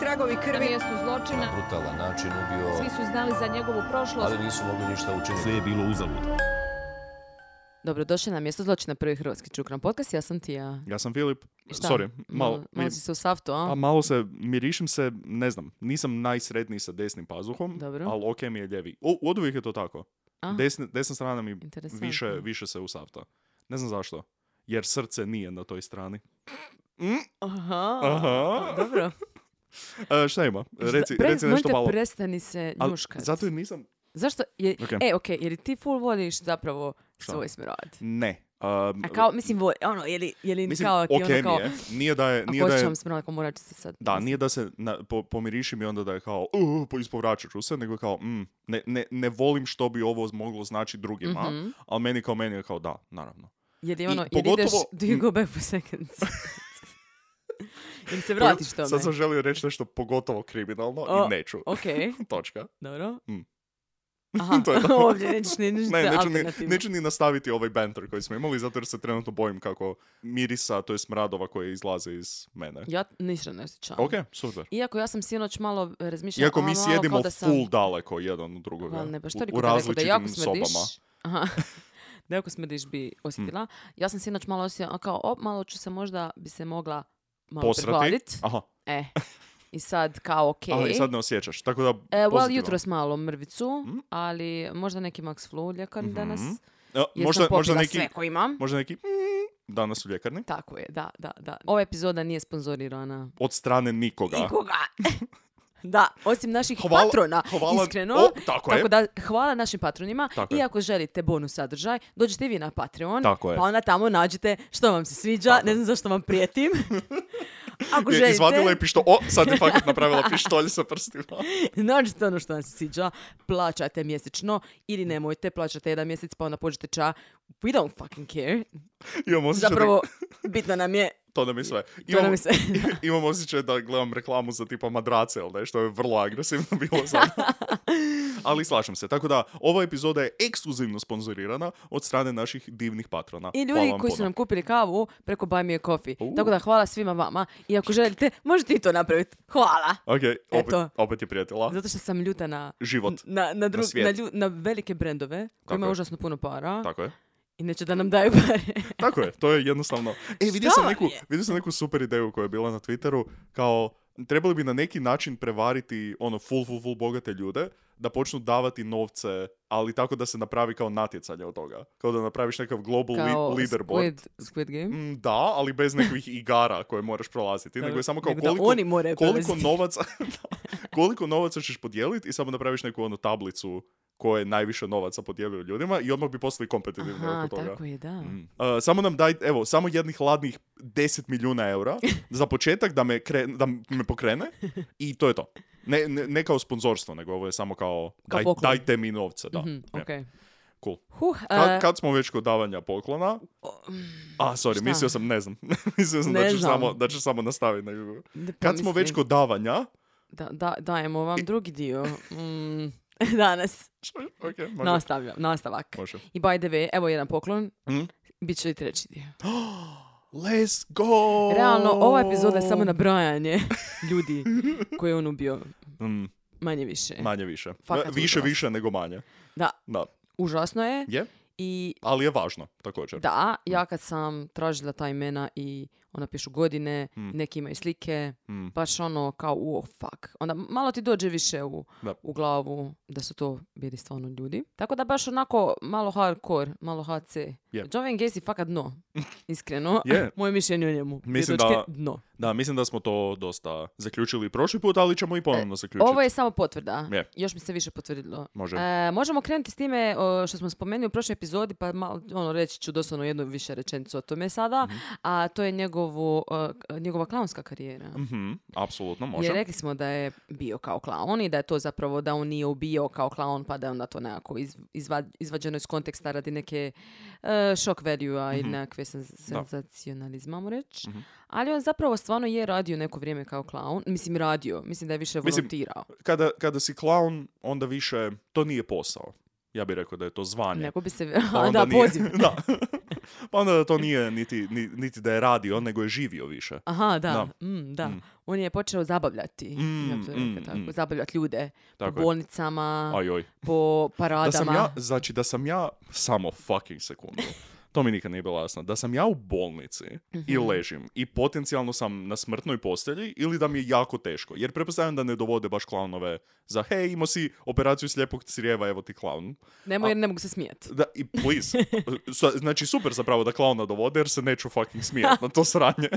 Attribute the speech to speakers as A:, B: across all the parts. A: tragovi
B: na
A: krvi.
B: mjestu zločina.
C: brutalan način
B: Svi
C: ubio,
B: su znali za njegovu prošlost.
C: ali nisu mogli ništa učiniti.
D: Sve je bilo uzalud.
E: Dobro, došli na mjesto zločina prvi hrvatski čukran podcast, ja sam ti ja.
D: Ja sam Filip.
E: Šta?
D: Sorry, malo,
E: malo
D: mi-
E: si se u saftu, a?
D: a malo se, mirišim se, ne znam, nisam najsretniji sa desnim pazuhom,
E: Dobro.
D: ali ok mi je ljevi. O, od uvijek je to tako.
E: Aha.
D: Desne, desna strana mi
E: Interesantno.
D: više, više se usafta. Ne znam zašto. Jer srce nije na toj strani.
E: Aha.
D: Aha.
E: pa Dobro.
D: E, šta ima? Reci,
E: Pre-
D: reci
E: molim
D: nešto
E: te,
D: malo.
E: prestani se
D: Al,
E: njuškat.
D: zato jer nisam...
E: Zašto? Je,
D: Ok.
E: E, okej, jer i ti full voliš zapravo
D: Šta?
E: svoj smrad.
D: Ne. Um,
E: A kao, mislim, voli, ono, je li, je li kao ti
D: okej
E: ono kao...
D: mi je. Nije da je... Nije
E: Ako
D: da
E: hoćeš
D: je
E: vam smrad, ako morat ću se sad.
D: da, nije da se na, po, pomirišim i onda da je kao, uh, po- ispovraćat ću se, nego je kao, mm, ne, ne, ne volim što bi ovo moglo znači drugima,
E: Mhm.
D: ali meni kao meni je kao, da, naravno.
E: Je li
D: I
E: ono, je li ideš,
D: pogotovo-
E: do you go back for seconds? Ili se vratiš tome?
D: Sad sam želio reći nešto pogotovo kriminalno
E: O,
D: i neću.
E: Ok,
D: Točka.
E: dobro.
D: Mm.
E: Aha,
D: To je to.
E: ovdje nećeš ni ništa
D: Ne, neću ni,
E: alternativno.
D: neću ni nastaviti ovaj banter koji smo imali, zato jer se trenutno bojim kako mirisa, to je smradova koje izlaze iz mene.
E: Ja ništa ne osjećam.
D: Ok, super.
E: Iako ja sam sinoć malo e, razmišljala...
D: Iako
E: a,
D: mi
E: malo
D: sjedimo
E: kao da sam...
D: full daleko jedan od drugoga.
E: Val ne, pa što
D: u-
E: je Riko
D: u
E: rekao da jako
D: različitim
E: smrdiš?
D: sobama. Mm.
E: Aha. Da jako smrdiš bi osjetila. Ja sam sinoć malo osjetila, a kao, o, malo ću se možda, bi se mogla malo
D: Posrati.
E: prehladit.
D: Aha,
E: E, i sad kao, okej.
D: aha, i sad ne osjećaš. Tako da,
E: E, well,
D: pozitivno. Mm.
E: jutro s malo mrvicu, ali možda neki Max Flu ljekarni danas.
D: Mhm.
E: Jer
D: E, možda,
E: sam popila
D: možda neki,
E: sve ko imam.
D: možda neki mm, danas u ljekarni.
E: Tako je, da, da, da. Ova epizoda nije sponzorirana.
D: Od strane nikoga.
E: Nikoga! da, osim naših
D: Hvala-
E: patrona,
D: hvala-
E: iskreno.
D: O, tako je.
E: da, hvala našim patronima.
D: Tako
E: I
D: je.
E: ako želite bonus sadržaj, dođite i vi na Patreon.
D: Tako je.
E: Pa onda tamo nađite što vam se sviđa, ne znam zašto vam prijetim. ako
D: Je,
E: želite...
D: izvadila je pišto. O, sad je fakat napravila pištolj sa prstima.
E: Nađite ono što vam se sviđa, plaćate mjesečno ili nemojte, plaćate jedan mjesec pa onda pođete ča. We don't fucking care.
D: Imam osjećaj
E: Zapravo, bitno nam je,
D: da... To nam je sve.
E: to nam
D: Imam-
E: je sve.
D: imam osjećaj da gledam reklamu za tipa madrace ili nešto, je vrlo agresivno bilo sad. Ali slažem se. Tako da, ova epizoda je ekskluzivno sponzorirana od strane naših divnih patrona.
E: I
D: Hvala
E: ljudi
D: vam
E: koji su
D: puno.
E: nam kupili kavu preko Buy Me a Coffee. Tako da hvala svima vama. I ako želite, možete i to napraviti. Hvala!
D: Ok, opet,
E: Eto.
D: opet je prijetila.
E: Zato što sam ljuta na...
D: Život.
E: Na, na, drug-
D: svijet.
E: na, lju- na velike brendove koji
D: Tako
E: imaju
D: je.
E: užasno puno para
D: Tako je.
E: i neće da nam daju pare.
D: Tako je, to je jednostavno. E,
E: Šta
D: vidio sam,
E: vam
D: neku,
E: je?
D: vidio sam neku super ideju koja je bila na Twitteru, kao trebali bi na neki način prevariti ono full, full, full bogate ljude da počnu davati novce, ali tako da se napravi kao natjecanje od toga. Kao da napraviš nekakav global li-
E: Kao
D: leaderboard.
E: Squid, Squid Game.
D: Mm, Da, ali bez nekih igara koje moraš prolaziti, nego je samo kao
E: Nego da
D: koliko,
E: oni moraju
D: koliko
E: prolaziti.
D: novaca da, koliko novaca ćeš podijeliti i samo napraviš neku onu tablicu koje najviše novaca podijelio ljudima i odmah bi postali kompetitivni
E: Aha,
D: oko toga.
E: tako je, da.
D: Mm. Uh, samo nam daj, evo, samo jednih hladnih 10 milijuna eura za početak da me, kre- da me pokrene i to je to. Ne, ne, ne kao sponzorstvo, nego ovo je samo kao,
E: Kao
D: daj-
E: poklon.
D: dajte mi novce. Da.
E: Mhm,
D: E,
E: okej.
D: cool.
E: Huh,
D: Kad,
E: e,
D: kad smo već kod davanja poklona... A, sorry,
E: Šta?
D: mislio sam, ne znam. mislio sam da
E: Ne
D: ćeš
E: znam.
D: samo, da ćeš samo nastaviti. na ljubav.
E: Da
D: Kad smo već
E: pomislim.
D: kod davanja...
E: Da, da, dajemo vam drugi dio. Mm, danas.
D: Ok, može.
E: Nastavljam, nastavak.
D: Može.
E: I by the way, evo jedan poklon.
D: Mhm.
E: Biće i treći dio.
D: Let's go!
E: Realno, ova epizoda je samo
D: Oh.
E: nabrajanje ljudi
D: Mhm.
E: koje je on ubio.
D: Mm,
E: Manje više.
D: manje više.
E: Fakat
D: više,
E: užas.
D: više nego manje.
E: Da,
D: Da.
E: užasno je.
D: Je, Mhm.
E: I
D: ali je važno također.
E: da, ja kad sam tražila ta imena i ona pišu godine,
D: Mhm.
E: neki imaju slike,
D: Mm.
E: baš ono kao, oh fuck. Onda malo ti dođe više u,
D: Da.
E: u glavu da su to bili stvarno ljudi. Tako da baš onako malo hardcore, malo HC.
D: Je.
E: John Wayne Gacy fakat dno. Iskreno,
D: Je.
E: moje mišljenje o njemu. Dvije
D: Mislim
E: točke,
D: da-
E: Dno.
D: Da, mislim da smo to dosta zaključili prošli put, ali ćemo i ponovno zaključiti.
E: E, Ovo je samo potvrda.
D: Je.
E: Još mi se više potvrdilo.
D: Može.
E: E, možemo krenuti s time o, što smo spomenuli u prošloj epizodi, pa malo, ono, reći ću doslovno jednu više rečenicu o tome sada,
D: Mhm.
E: a to je njegovu, e, k- njegova klaunska karijera.
D: Mhm, apsolutno, može.
E: Jer rekli smo da je bio kao klaun i da je to zapravo da on nije ubio kao klaun, pa da je onda to nekako iz- izva- izvađeno iz konteksta radi neke e, shock value-a
D: Mhm.
E: i nekakve sen- senzacionalizma, ajmo reći. Ali on zapravo stvarno je radio neko vrijeme kao klaun. Mislim, radio. Mislim da je više
D: Mislim,
E: volontirao.
D: Kada, kada si klaun, onda više, to nije posao. Ja bih rekao da je to zvanje.
E: Nego bi se...
D: Pa
E: da,
D: onda nije-
E: poziv.
D: da. pa onda da to nije niti, ni- niti da je radio, nego je živio više.
E: Aha, da.
D: Da.
E: Mm, da.
D: Mm.
E: On je počeo zabavljati.
D: Mm,
E: ja bih to rekla
D: mm,
E: tako,
D: mm.
E: zabavljati ljude
D: Tako
E: po
D: je.
E: bolnicama,
D: Ajoj.
E: po
D: Da
E: paradama.
D: sam ja, znači da sam ja, samo fucking sekundu, to mi nikad nije bilo jasno, da sam ja u bolnici i ležim i potencijalno sam na smrtnoj postelji ili da mi je jako teško, jer pretpostavljam da ne dovode baš klaunove za hej, imao si operaciju slijepog crijeva, evo ti klaun.
E: Nemoj, jer ne mogu se smijeti.
D: Da, i please, Sa- znači super zapravo da klauna dovode jer se neću fucking smijat na to sranje.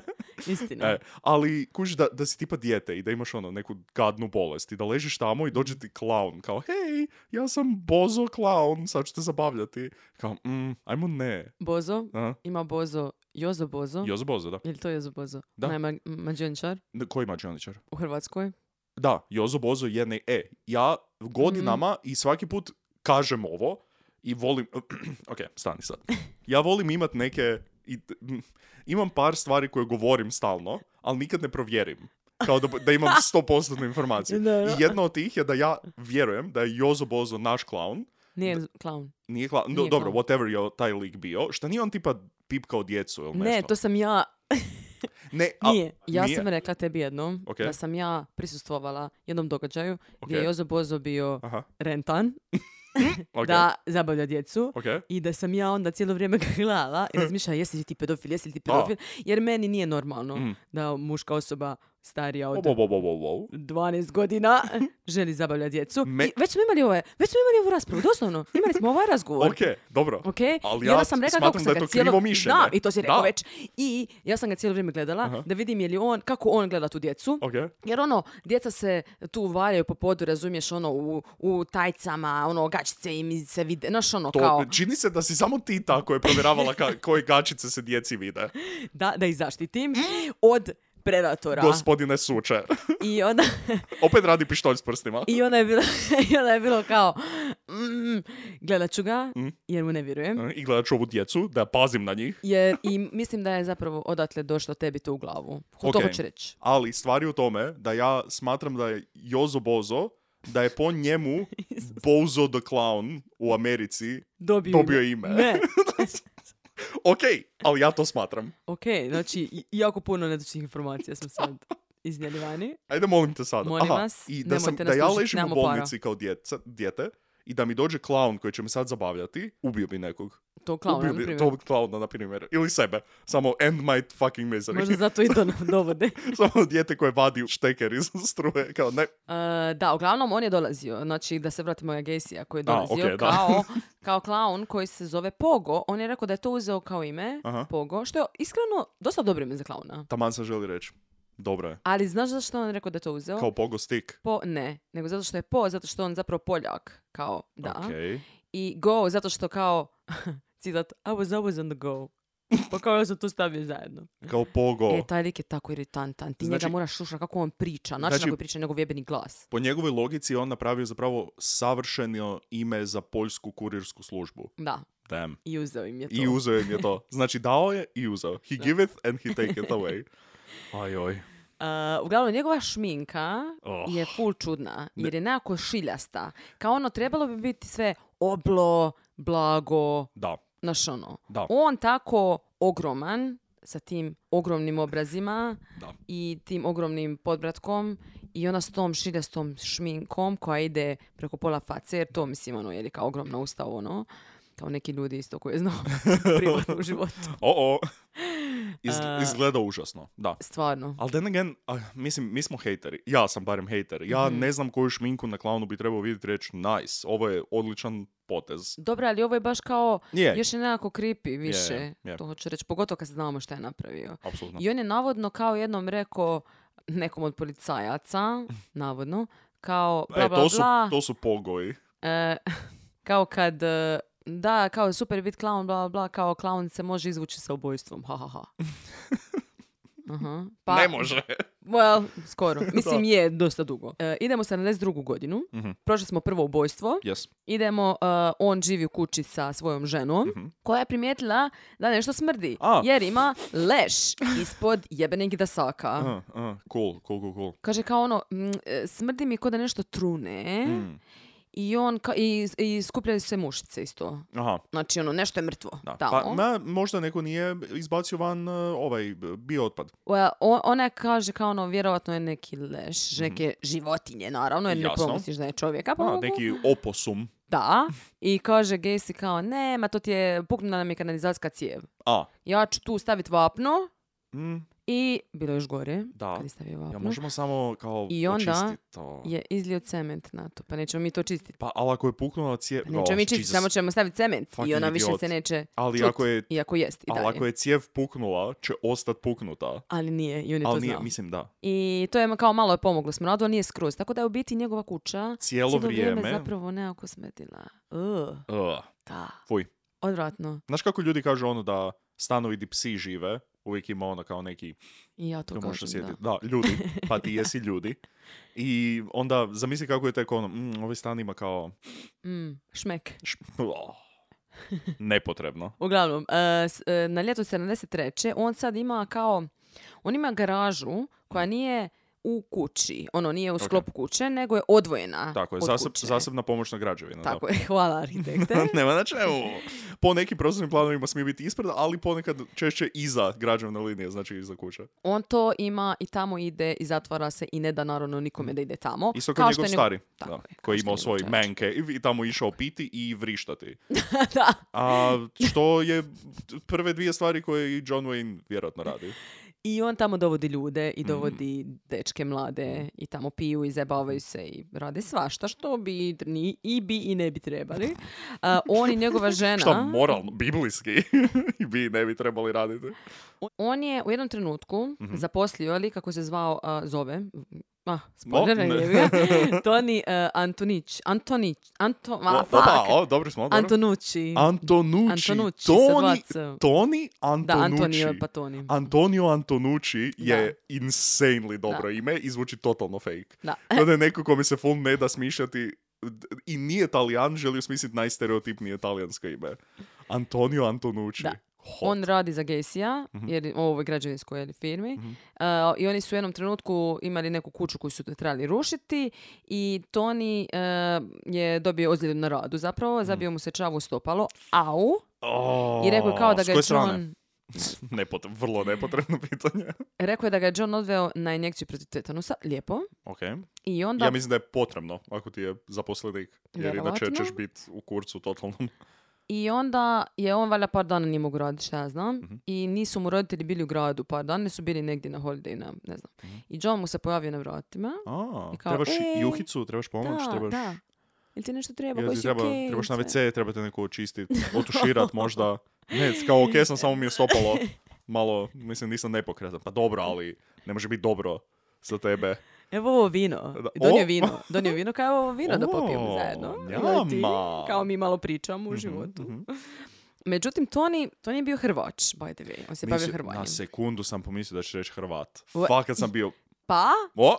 E: Istina.
D: E, ali kuži da, da si tipa dijete i da imaš ono neku gadnu bolest i da ležiš tamo i dođe ti klaun kao hej, ja sam Bozo klaun, sad ću te zabavljati. Kao, mm, ajmo ne.
E: Bozo,
D: A?
E: ima Bozo, Jozo Bozo.
D: Jozo Bozo, da.
E: Je li to Jozo Bozo?
D: Da.
E: Onaj ma- mađioničar
D: N- Koji mađioničar?
E: u Hrvatskoj.
D: Da, Jozo Bozo je ne, e, ja godinama
E: Mhm.
D: i svaki put kažem ovo i volim, ok, stani sad. Ja volim imat neke, i, mm, imam par stvari koje govorim stalno, ali nikad ne provjerim. Kao da, da imam 100% informaciju.
E: Dobro.
D: I jedna od tih je da ja vjerujem da je Jozo Bozo naš klaun,
E: Nije klaun.
D: nije klaun, no,
E: Nije
D: dobro,
E: klaun.
D: whatever je taj lik bio, šta nije on tipa pipkao djecu ili
E: Ne,
D: Ono nešto?
E: to sam ja.
D: ne, a-
E: Nije. Ja
D: nije.
E: sam rekla tebi jednom
D: Ok.
E: da sam ja prisustvovala jednom događaju gdje je
D: Ok.
E: Jozo Bozo bio
D: Aha,
E: rentan
D: ok,
E: da zabavlja djecu.
D: ok,
E: I da sam ja onda cijelo vrijeme ga gledala
D: Hm.
E: i razmišljala jesi li ti pedofil, jesi li ti pedofil, jer meni nije normalno
D: Mm.
E: da muška osoba starija od
D: Ob, ob, ob, ob, ob, ob.
E: 12 godina želi zabavljati djecu.
D: Me-
E: I već smo imali ove, već smo imali ovu raspravu, doslovno. Imali smo ovaj razgovor.
D: Ok, dobro.
E: Ok,
D: Ali
E: I onda
D: ja
E: sam rekla
D: smatram
E: kako sam
D: da je
E: ga
D: to
E: cijelo...
D: krivo mišljenje.
E: Znam, i to si rekao
D: Da.
E: već. I ja sam ga cijelo vrijeme gledala
D: Aha.
E: da vidim je li on, kako on gleda tu djecu.
D: Ok,
E: Jer ono, djeca se tu valjaju po podu, razumiješ, ono, u, u tajcama, ono, gačice im se vide, znaš, ono,
D: to
E: kao,
D: čini se da si samo ti ta koja je provjeravala ka- koje gačice se djeci vide.
E: da, da ih zaštitim od predatora.
D: Gospodine suče.
E: I onda,
D: Opet radi pištolj s prstima.
E: I onda je bilo, i onda je bilo kao, mm, gledat ću ga,
D: Mm.
E: jer mu ne vjerujem.
D: I gledat ću ovu djecu, da pazim na njih.
E: Jer, I mislim da je zapravo odatle došlo tebi to u glavu. Ho- To
D: Ok.
E: hoću reći.
D: Ali stvar je u tome da ja smatram da je Jozo Bozo, da je po njemu Bozo the Clown u Americi.
E: Dobio,
D: Dobio ime.
E: Ne,
D: Ok, ali ja to smatram.
E: ok, znači i- jako puno netočnih informacija smo sad iznijeli vani.
D: Ajde, molim te sada.
E: Molim
D: Aha,
E: vas,
D: i da, sam,
E: nemojte
D: da
E: nas
D: ja
E: tužit,
D: ležim u
E: nemamo
D: bolnici kao djeca, dijete i da mi dođe klaun koji će me sad zabavljati, ubio bi nekog.
E: To klauna,
D: ubio
E: na
D: bi
E: primjer.
D: tog klauna, na primjer. Ili sebe. Samo end my fucking misery.
E: Možda zato i to nam dovode.
D: Samo dijete koje vadi šteker iz struje. Kao, ne,
E: E, da, uglavnom on je dolazio, znači da se vratimo na Gacy, koji je
D: A,
E: dolazio
D: okej, da.
E: kao, kao klaun koji se zove Pogo. On je rekao da je to uzeo kao ime,
D: Aha.
E: Pogo, što je iskreno dosta dobro ime za klauna.
D: taman sam želi reći. Dobro je.
E: Ali znaš zašto je on rekao da je to uzeo?
D: Kao pogo stik.
E: Po, ne, nego zato što je po, zato što je on zapravo Poljak, kao, da.
D: Okej.
E: I go, zato što kao, citat, I was always on the go. Pa kao ja sam to stavio zajedno.
D: Kao pogo.
E: E, taj lik je tako iritantan. Ti
D: Znači-
E: njega moraš slušati kako on priča. Način
D: Znači-
E: na koji priča, njegov jebeni glas.
D: Po njegovoj logici je on napravio zapravo savršeno ime za poljsku kurirsku službu.
E: Da,
D: Damn.
E: i uzeo im je to.
D: I uzeo im je to. Znači dao je i uzeo. He giveth and he taketh away. Ajoj.
E: A, Uh, uglavnom, njegova šminka
D: Oh.
E: je full čudna, jer je nekako šiljasta. Kao ono, trebalo bi biti sve oblo, blago,
D: Da.
E: Znaš ono,
D: Da.
E: on tako ogroman, sa tim ogromnim obrazima
D: Da.
E: i tim ogromnim podbratkom i ona s tom šiljastom šminkom koja ide preko pola face, jer to mislim ono, je li kao ogromna usta ono, kao neki ljudi isto koje znam privatno u životu.
D: O-o. Iz, izgleda užasno. Da.
E: Stvarno.
D: Ali then again, a, mislim, mi smo hejteri. Ja sam barem hejter. Ja
E: Mhm.
D: ne znam koju šminku na klaunu bi trebao vidjeti i reći nice. Ovo je odličan potez.
E: Dobro, ali ovo je baš kao,
D: Je.
E: još je nekako creepy više,
D: je, je.
E: to hoću reći, pogotovo kad znamo šta je napravio.
D: Apsolutno.
E: I on je navodno kao jednom rekao nekom od policajaca, navodno, kao bla
D: E,
E: bla
D: to su,
E: bla.
D: to su pogoji.
E: E, kao kad, e, da, kao super bit klaun, bla, bla, bla, kao klaun se može izvući sa ubojstvom, ha, ha, ha. Aha. Pa,
D: Ne može.
E: Well, skoro. Mislim, je dosta dugo. E, idemo sa 72. godinu.
D: Mhm.
E: Prošli smo prvo ubojstvo.
D: Yes.
E: Idemo, e, on živi u kući sa svojom ženom, koja je primijetila da nešto smrdi.
D: Mhm. A.
E: Jer ima leš ispod jebenih dasaka.
D: Uh, uh, cool, cool, cool, cool.
E: Kaže kao ono, mm, e, smrdi mi ko da nešto trune. I, on, ka- i, i skupljaju se mušice isto.
D: Aha,
E: Znači, ono, nešto je mrtvo
D: da.
E: tamo.
D: Pa, ma, možda neko nije izbacio van e, ovaj bio otpad.
E: Oja- o- ona kaže kao ono, vjerovatno je neki leš, neke životinje naravno, jer
D: Mhm. Jasno.
E: ne pomisliš da je čovjeka. Pa
D: A,
E: mogu.
D: neki oposum.
E: Da. I kaže Gacy kao, ne, ma to ti je, puknula nam je kanalizacijska cijev.
D: A,
E: Ja ću tu staviti vapno
D: mm,
E: i bilo je još gore.
D: da.
E: Kad je stavio vapno.
D: Ja možemo samo kao
E: I onda
D: očistit to.
E: Je izlio cement na to, pa nećemo mi to čistiti.
D: Pa, ali ako je puknula cijev...
E: Pa nećemo
D: Oh,
E: mi čistiti,
D: Jesus.
E: samo ćemo staviti cement i
D: Fucking
E: ona više
D: idiot.
E: se neće
D: Ali
E: čut,
D: ako je-
E: iako jest i
D: Ali
E: dalje.
D: ako je cijev puknula, će ostat puknuta.
E: Ali nije, i on je to
D: Ali nije,
E: znao.
D: mislim da.
E: I to je kao malo je pomoglo smradu, ali nije skroz. Tako da je u biti njegova kuća
D: Cijelo vrijeme.
E: zapravo nekako smetila. Ugh,
D: Ugh,
E: da,
D: fuj.
E: odvratno.
D: Znaš kako ljudi kažu ono da stanovi di psi žive, uvijek ima ono kao neki,
E: I ja to
D: to možeš
E: kažem, da.
D: sjetiti. Da. ljudi, pa ti jesi ljudi. I onda zamisli kako je tek ono, mm, ovaj stan ima kao
E: Mm, šmek.
D: šp- oh, nepotrebno.
E: Uglavnom, e, s- e, na ljetu 73. on sad ima kao, on ima garažu
D: Mm.
E: koja nije u kući, ono nije u sklopu kuće, nego je odvojena
D: Tako je,
E: od
D: zaseb-
E: kuće.
D: zasebna pomoćna građevina. da.
E: Tako je, hvala arhitekte.
D: Nema na čemu. Po nekim prostornim planovima smije biti ispred, ali ponekad češće iza građevne linije, znači iza kuće.
E: On to ima i tamo ide i zatvara se i ne da naravno nikome da ide tamo.
D: Mm. Isto
E: što
D: kao njegov
E: je njegov-
D: stari,
E: Tako
D: da,
E: je, kao
D: koji je
E: što
D: imao
E: je
D: svoj
E: njegov stari.
D: man cave i tamo išao piti i vrištati.
E: da.
D: A što je prve dvije stvari koje i John Wayne vjerojatno radi.
E: I on tamo dovodi ljude
D: Mm.
E: i dovodi dečke mlade i tamo piju i zabavaju se i rade svašta što bi ni, i bi i ne bi trebali. A, on i njegova žena...
D: Šta moralno, biblijski i vi ne bi trebali raditi.
E: On je u jednom trenutku
D: Mhm.
E: zaposlio ali kako se zvao, a, zove, ah, spoiler,
D: ne.
E: je bio, Toni e, Antonić, Antonić, Anto, ma,
D: O-
E: fuck,
D: Opa, o, dobri smo. dobro.
E: Antonucci.
D: Antonucci.
E: Antonucci sa dva
D: Toni,
E: C.
D: Toni
E: Da,
D: Antonucci.
E: Antonio, pa Toni.
D: Antonio Antonucci je insanely dobro
E: Da.
D: ime i zvuči totalno fake.
E: Da.
D: To da je neko kome se full ne da smišljati d- i nije talijan, želio smisliti najstereotipnije talijansko ime. Antonio Antonucci.
E: Da.
D: Hot. Mhm.
E: On radi za Gesija, jer ovo je građevinskoj je li, firmi, Uh, i oni su u jednom trenutku imali neku kuću koju su trebali rušiti i Toni uh, je dobio ozljedu na radu
D: Mhm.
E: zapravo, zabio mu se čavu u stopalo, au,
D: Oh,
E: i rekao je kao da
D: s
E: ga je
D: koje strane?
E: John...
D: Nepotre- vrlo nepotrebno pitanje.
E: Rekao je da ga je John odveo na injekciju protiv tetanusa, lijepo.
D: Ok.
E: I onda,
D: Ja mislim da je potrebno ako ti je zaposlenik. Jer inače
E: Vjerovatno.
D: ćeš biti u kurcu totalnom.
E: I onda je on valjda par dana nije mogu raditi, šta ja znam.
D: Mhm.
E: I nisu mu roditelji bili u gradu par dana, su bili negdje na holiday, na, ne znam. I John mu se pojavio na vratima.
D: Mhm. A,
E: I kao,
D: trebaš
E: ej,
D: juhicu, trebaš pomoć,
E: da,
D: trebaš...
E: da. Ili ti nešto treba,
D: Jel
E: koji si
D: ti treba,
E: okej,
D: trebaš na
E: sve.
D: WC, trebate neko očistiti, otuširat možda. Ne, kao ok sam, samo mi je stopalo. Malo, mislim, nisam nepokretan. Pa dobro, ali ne može biti dobro za tebe.
E: Evo ovo vino.
D: Da,
E: Donio
D: o!
E: vino. Donio vino kao evo ovo vino da popijemo
D: O,
E: zajedno.
D: njama.
E: Jel ti? Kao mi malo pričamo
D: Mhm,
E: u životu. Međutim, Toni, Toni je bio hrvač, by the way. On se bavio
D: Mislim,
E: hrvanjem.
D: na sekundu sam pomislio da ćeš reći Hrvat.
E: Ua-
D: Fak, kad sam bio...
E: Pa,
D: O,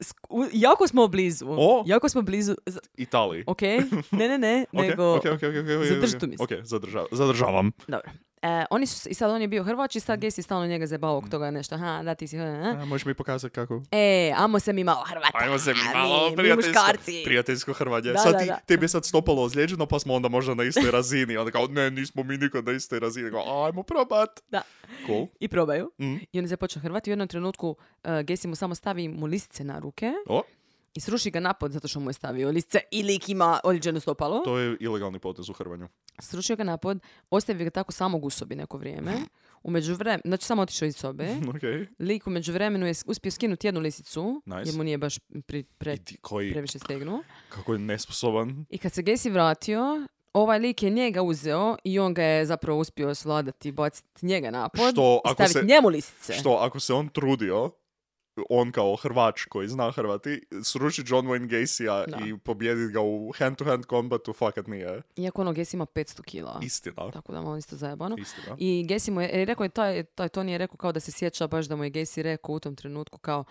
E: sk- u- jako smo blizu.
D: O!
E: Jako smo blizu. Z-
D: Italiji.
E: Ok, ne, ne, ne,
D: Ok,
E: nego...
D: ok, ok, ok, ok, ok,
E: zadrži
D: ok.
E: tu misao.
D: Ok, zadrža- zadržavam.
E: Dobro. E, oni su, I sad on je bio Hrvač i sad
D: Mm.
E: Gesi stalno njega zabavao oko toga nešto. Ha, da ti si... ha, ha.
D: A, možeš mi pokazati kako?
E: E, amo se mi malo Hrvata.
D: Ajmo se mi
E: a
D: malo
E: mi, mi
D: prijateljsko,
E: muškarci.
D: prijateljsko Hrvanje.
E: Da,
D: sad
E: da,
D: ti,
E: da.
D: tebi je sad stopalo ozlijeđeno, pa smo onda možda na istoj razini. Onda kao, ne, nismo mi nikad na istoj razini. Kao, ajmo probat.
E: Da.
D: Cool.
E: I probaju.
D: Mm.
E: I oni se počnu Hrvati. U jednom trenutku e, Gesi mu samo stavi mu listice na ruke
D: O,
E: i sruši ga napod zato što mu je stavio listice i lik ima određeno stopalo.
D: to je ilegalni potez u Hrvanju.
E: Srušio ga napod, ostavio ga tako samog u sobi neko vrijeme. U međuvremenu, znači samo otišao iz sobe.
D: Ok.
E: Lik u međuvremenu je s- uspio skinuti jednu lisicu,
D: Nice.
E: jer mu nije baš pri, pre,
D: I ti koji,
E: previše stegnuo.
D: kako je nesposoban.
E: I kad se Gesi vratio, ovaj lik je njega uzeo i on ga je zapravo uspio svladati i baciti njega napod
D: Što
E: i
D: ako
E: staviti
D: se-
E: njemu lisice.
D: Što, ako se on trudio, on kao Hrvač koji zna Hrvati, sruši John Wayne Gacy-a
E: Da.
D: i pobjedit ga u hand-to-hand kombatu, fakat nije.
E: Iako ono Gesi ima 500 kila.
D: Istina.
E: Tako da mu je on isto zajebano.
D: Istina.
E: I Gesi mu je, e, rekao je, taj, taj Tony je rekao kao da se sjeća baš da mu je Gesi rekao u tom trenutku kao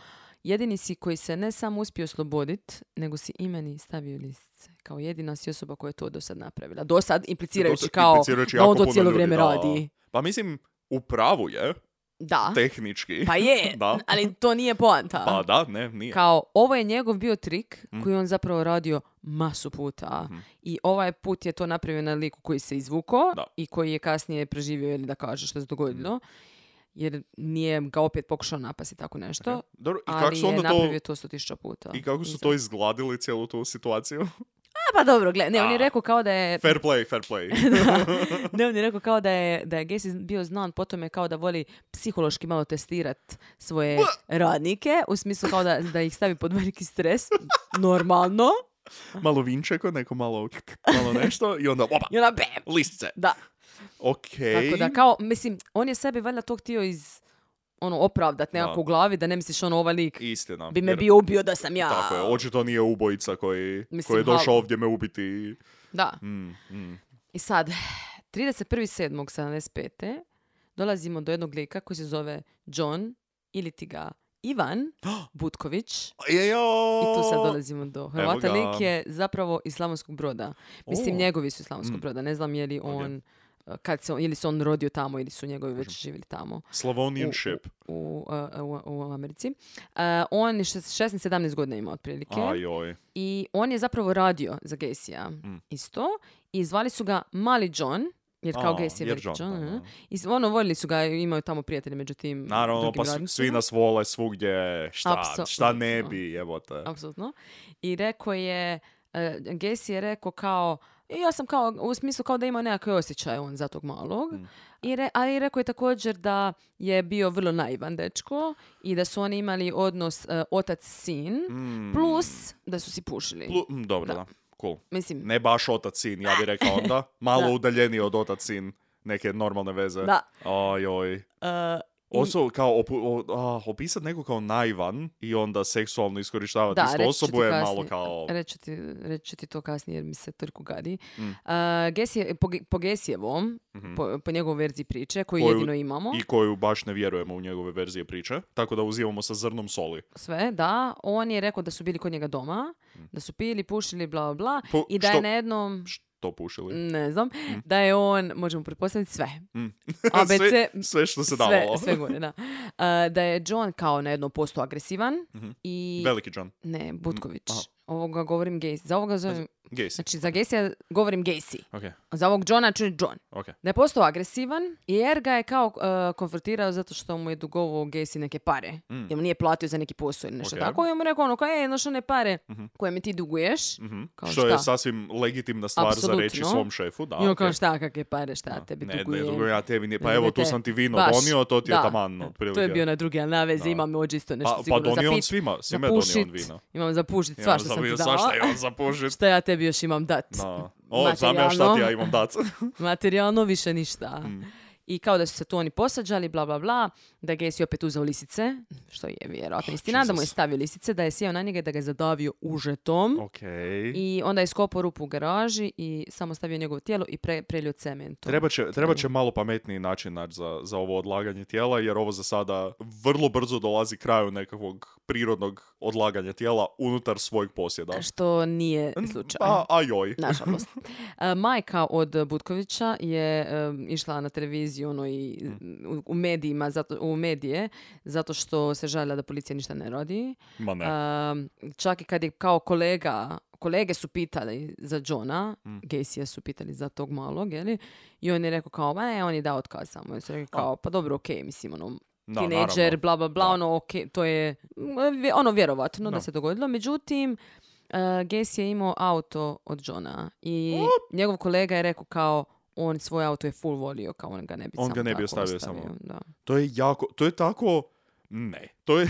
E: jedini si koji se ne samo uspio oslobodit, nego si i meni stavio listice. Kao jedina si osoba koja je to do sad napravila. Do sad implicirajući
D: Dosta-
E: kao
D: implicirajući
E: da on
D: jako
E: to
D: puno
E: cijelo
D: ljudi,
E: vrijeme
D: da.
E: radi.
D: Pa mislim, u Pa pravu je,
E: Da,
D: tehnički.
E: pa je,
D: Da.
E: ali to nije poanta.
D: Pa da, ne, nije. Mm.
E: Kao, ovo je njegov bio trik koji je on zapravo radio masu puta. I ovaj put je to napravio na liku koji se izvukao
D: Mm-hmm. Da. Mm-hmm.
E: i koji je kasnije preživio ili da kaže što se dogodilo. Jer nije ga opet pokušao napasti tako nešto.
D: Dobro, i kako
E: Ali
D: su
E: je
D: onda to...
E: napravio to sto tisuća puta.
D: I kako su
E: Iza.
D: to izgladili cijelu tu situaciju?
E: A pa dobro, gle, ne, on je
D: A.
E: rekao kao da je...
D: Fair play, fair play.
E: ne, on je rekao kao da je, da je Gacy bio znan po tome kao da voli psihološki malo testirat svoje radnike, u smislu kao da, da ih stavi pod veliki stres, normalno,
D: malo vinčeko, neko malo, malo nešto i onda opa,
E: i ona bam,
D: listice.
E: da.
D: Okej.
E: Tako da kao, mislim, on je sebi valjda to htio iz, ono, opravdat nekako
D: Da.
E: u glavi, da ne misliš ono, ovaj lik
D: Istina.
E: bi me
D: jer-
E: bio ubio da sam ja.
D: Tako je, očito nije ubojica koji,
E: Mislim,
D: koji je došao
E: halo.
D: ovdje me ubiti.
E: Da.
D: Mm, mm.
E: I sad, 31.7.75. dolazimo do jednog lika koji se zove John ili ti ga Ivan Butković.
D: Ejo!
E: I tu sad dolazimo do Hrvata.
D: ga.
E: Lik je zapravo iz Slavonskog broda. Mislim,
D: O.
E: njegovi su iz Slavonskog
D: Mm.
E: broda. Ne znam je li
D: Ok.
E: on, eh, kad se on, ili se on rodio tamo ili su njegovi već živjeli tamo
D: Slavonian
E: U- u-
D: ship.
E: u, eh, u, u Americi. Eh, on je 16-17 godina ima otprilike.
D: Ajoj.
E: I on je zapravo radio za Gacy-a
D: Mm.
E: isto. I zvali su ga Mali John, jer kao
D: A,
E: Gacy je
D: jer
E: veliki
D: John,
E: John.
D: da,
E: eh.
D: da.
E: I s- ono, voljeli su ga, imaju tamo prijatelje među tim
D: Naravno,
E: drugim
D: pa svi,
E: radnicima.
D: svi nas vole svugdje. Šta,
E: Apsolutno.
D: šta ne bi, jebote.
E: Apsolutno. I rekao je, e, Gacy je rekao kao, i ja sam kao, u smislu kao da ima nekakve osjećaje on za tog malog.
D: Mm.
E: I re, a i rekao je također da je bio vrlo naivan dečko i da su oni imali odnos e, otac-sin,
D: Mm.
E: plus da su si pušili.
D: Plu- mm, dobro,
E: Da.
D: da. Cool.
E: Mislim,
D: Ne baš otac sin, ja bih rekao onda. Malo
E: Da.
D: udaljeni od otac sin neke normalne veze.
E: Da.
D: Ajoj.
E: e, i-
D: Also, kao opu- o- a, opisat nekog kao naivan i onda seksualno iskorištavati
E: da,
D: istu
E: reći ću ti
D: Pa osobu je
E: kasnije.
D: malo kao...
E: Reći ću ti, reći ću ti to kasnije jer mi se toliko gadi.
D: Mm.
E: E, Gacy je- po, po Gacyjevom,
D: Mhm.
E: po, po njegovoj verziji priče, koju,
D: Koju-
E: jedino imamo.
D: I koju baš ne vjerujemo u njegove verzije priče. Tako da uzimamo sa zrnom soli.
E: sve, da. On je rekao da su bili kod njega doma, da su pili, pušili, bla, bla, bla.
D: Pu-
E: I da je
D: Mm. što-
E: na jednom,
D: Što pušili.
E: ne znam, da je on, možemo pretpostaviti sve.
D: Mm.
E: ABC,
D: sve, sve što se
E: Mm, sve,
D: davalo.
E: sve gore, da. A, da je John kao na jedno posto agresivan i...
D: Veliki John.
E: Ne, Butković.
D: Mhm. Mm. aha.
E: Ovoga govorim Gacy. Za ovoga zovem...
D: Gej si.
E: Znači, za Gacy ja govorim Gacy.
D: Ok,
E: a Za ovog Johna čujem John.
D: ok.
E: Da je postao agresivan jer ga je kao e, konfrontirao zato što mu je dugovao Gacy neke pare. Jer mu nije platio za neki posao ili nešto
D: Mm. Ok.
E: tako. I on mu je rekao ono kao, ej, znaš one pare koje mi ti duguješ.
D: Mhm.
E: Kao
D: Što
E: šta?
D: je sasvim legitimna stvar za reći
E: Apsolutno.
D: svom šefu. Da,
E: I on kao
D: ok.
E: šta, kakve pare, šta tebi
D: ne,
E: dugujem.
D: ne dugo ja tebi nije. Pa
E: Ne,
D: evo,
E: ne,
D: tu
E: te-
D: sam ti vino
E: baš,
D: donio, to ti je
E: da.
D: taman, otprilike.
E: To je bio na drugi, ali na vezi,
D: Da.
E: imam ovdje isto nešto
D: pa, pa
E: sigurno
D: donio
E: za
D: on
E: pit,
D: svima.
E: za
D: Svima je donio
E: pušit,
D: on vino.
E: Imam za pušit,
D: Ja
E: sva što sam ti
D: zabio
E: dala.
D: Svašta je on zapušit.
E: Šta ja tebi još imam dat?
D: Da. O, znam ja šta ti ja imam dat.
E: Materijalno više ništa.
D: Mm.
E: I kao da su se tu oni posađali, bla, bla, bla, da je Gacy opet uzeo lisice, što je vjerojatno istina, da mu je
D: Oh, Jesus.
E: stavio lisice, da je sjeo na njega i da ga je zadavio užetom.
D: Okej.
E: I onda je skopao rupu u garaži i samo stavio njegovo tijelo i pre, prelio cementom.
D: Treba će, treba će malo pametniji način naći za, za ovo odlaganje tijela, jer ovo za sada vrlo brzo dolazi kraju nekakvog prirodnog odlaganja tijela unutar svojeg posjeda.
E: Što nije slučaj.
D: Pa, ajoj.
E: Nažalost. E, Majka od Butkovića je em, išla na televiziju ono, i
D: Mm.
E: u, u medijima, zato, u medije, zato što se žalila da policija ništa ne radi.
D: Ma ne.
E: Um, čak i kad je kao kolega, kolege su pitali za Johna,
D: Mm.
E: Gacyja su pitali za tog malog, je li? I on je rekao kao, ma ne, on je dao otkaz samo. Ja sam rekao kao, pa dobro, okej, mislim, ono,
D: Da,
E: tinejdžer,
D: naravno.
E: bla, bla, bla, ono, okej, to je, mm, vje- ono, vjerovatno da
D: Da.
E: se dogodilo. Međutim, uh, Gacy je imao auto od Johna i njegov kolega je rekao kao, on svoj auto je full volio, kao on ga ne bi
D: On
E: samo
D: ga ne bi
E: tako
D: ostavio samo.
E: Da.
D: To je jako, to je tako, ne, to je,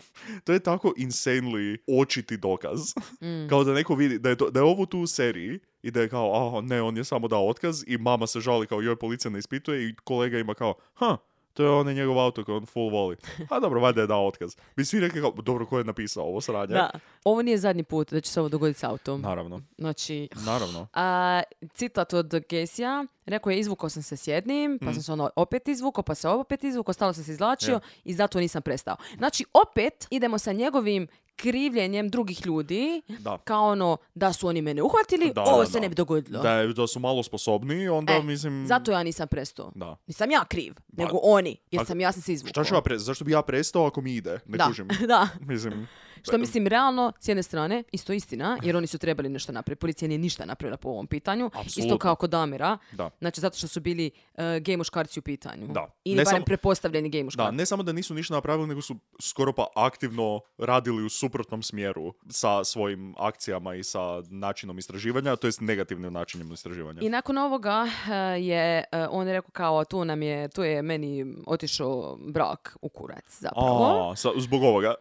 D: to je tako insanely očiti dokaz.
E: Mm.
D: Kao da neko vidi, da je, to, da je ovo tu u seriji i da je kao, a ne, on je samo dao otkaz i mama se žali kao, joj, policija ne ispituje i kolega ima kao, ha, to je onaj njegov auto koji on full voli. A dobro, valjda je dao otkaz. Bi svi rekli kao, dobro, ko je napisao ovo sranje?
E: da. Ovo nije zadnji put da će se ovo dogoditi s autom.
D: Naravno,
E: Znači,
D: naravno.
E: A, citat od Gesija, rekao je izvukao sam se s jednim,
D: Mm.
E: pa sam se ono opet izvukao, pa se opet izvukao, stalo sam se izvlačio i zato nisam prestao. Znači opet idemo sa njegovim krivljenjem drugih ljudi,
D: Da.
E: kao ono, da su oni mene uhvatili,
D: Da,
E: ovo
D: da,
E: se
D: da.
E: ne bi dogodilo.
D: Da, je- da su malo sposobniji, onda
E: E,
D: mislim...
E: Zato ja nisam prestao.
D: Da.
E: Nisam ja kriv,
D: Pa-
E: nego oni, jer
D: Pa-
E: sam ja sam se izvukao.
D: Šta ću ja pre- Zašto bi ja prestao ako mi ide? Ne
E: da.
D: kužim.
E: da.
D: Mislim,
E: Što mislim, realno, s jedne strane, isto istina, jer oni su trebali nešto napraviti. Policija nije ništa napravila po ovom pitanju.
D: Apsolutno.
E: Isto kao kod Damira.
D: Da.
E: Znači, zato što su bili uh, gej muškarci u pitanju.
D: Da.
E: Ili
D: Ne
E: barem
D: samo-
E: prepostavljeni gej
D: da,
E: muškarci.
D: ne samo da nisu ništa napravili, nego su skoro pa aktivno radili u suprotnom smjeru sa svojim akcijama i sa načinom istraživanja, to jest negativnim načinom istraživanja.
E: I nakon ovoga e, je e, on rekao kao tu nam je, tu je meni otišao brak u kurac zapravo.
D: A, sa, zbog ovoga.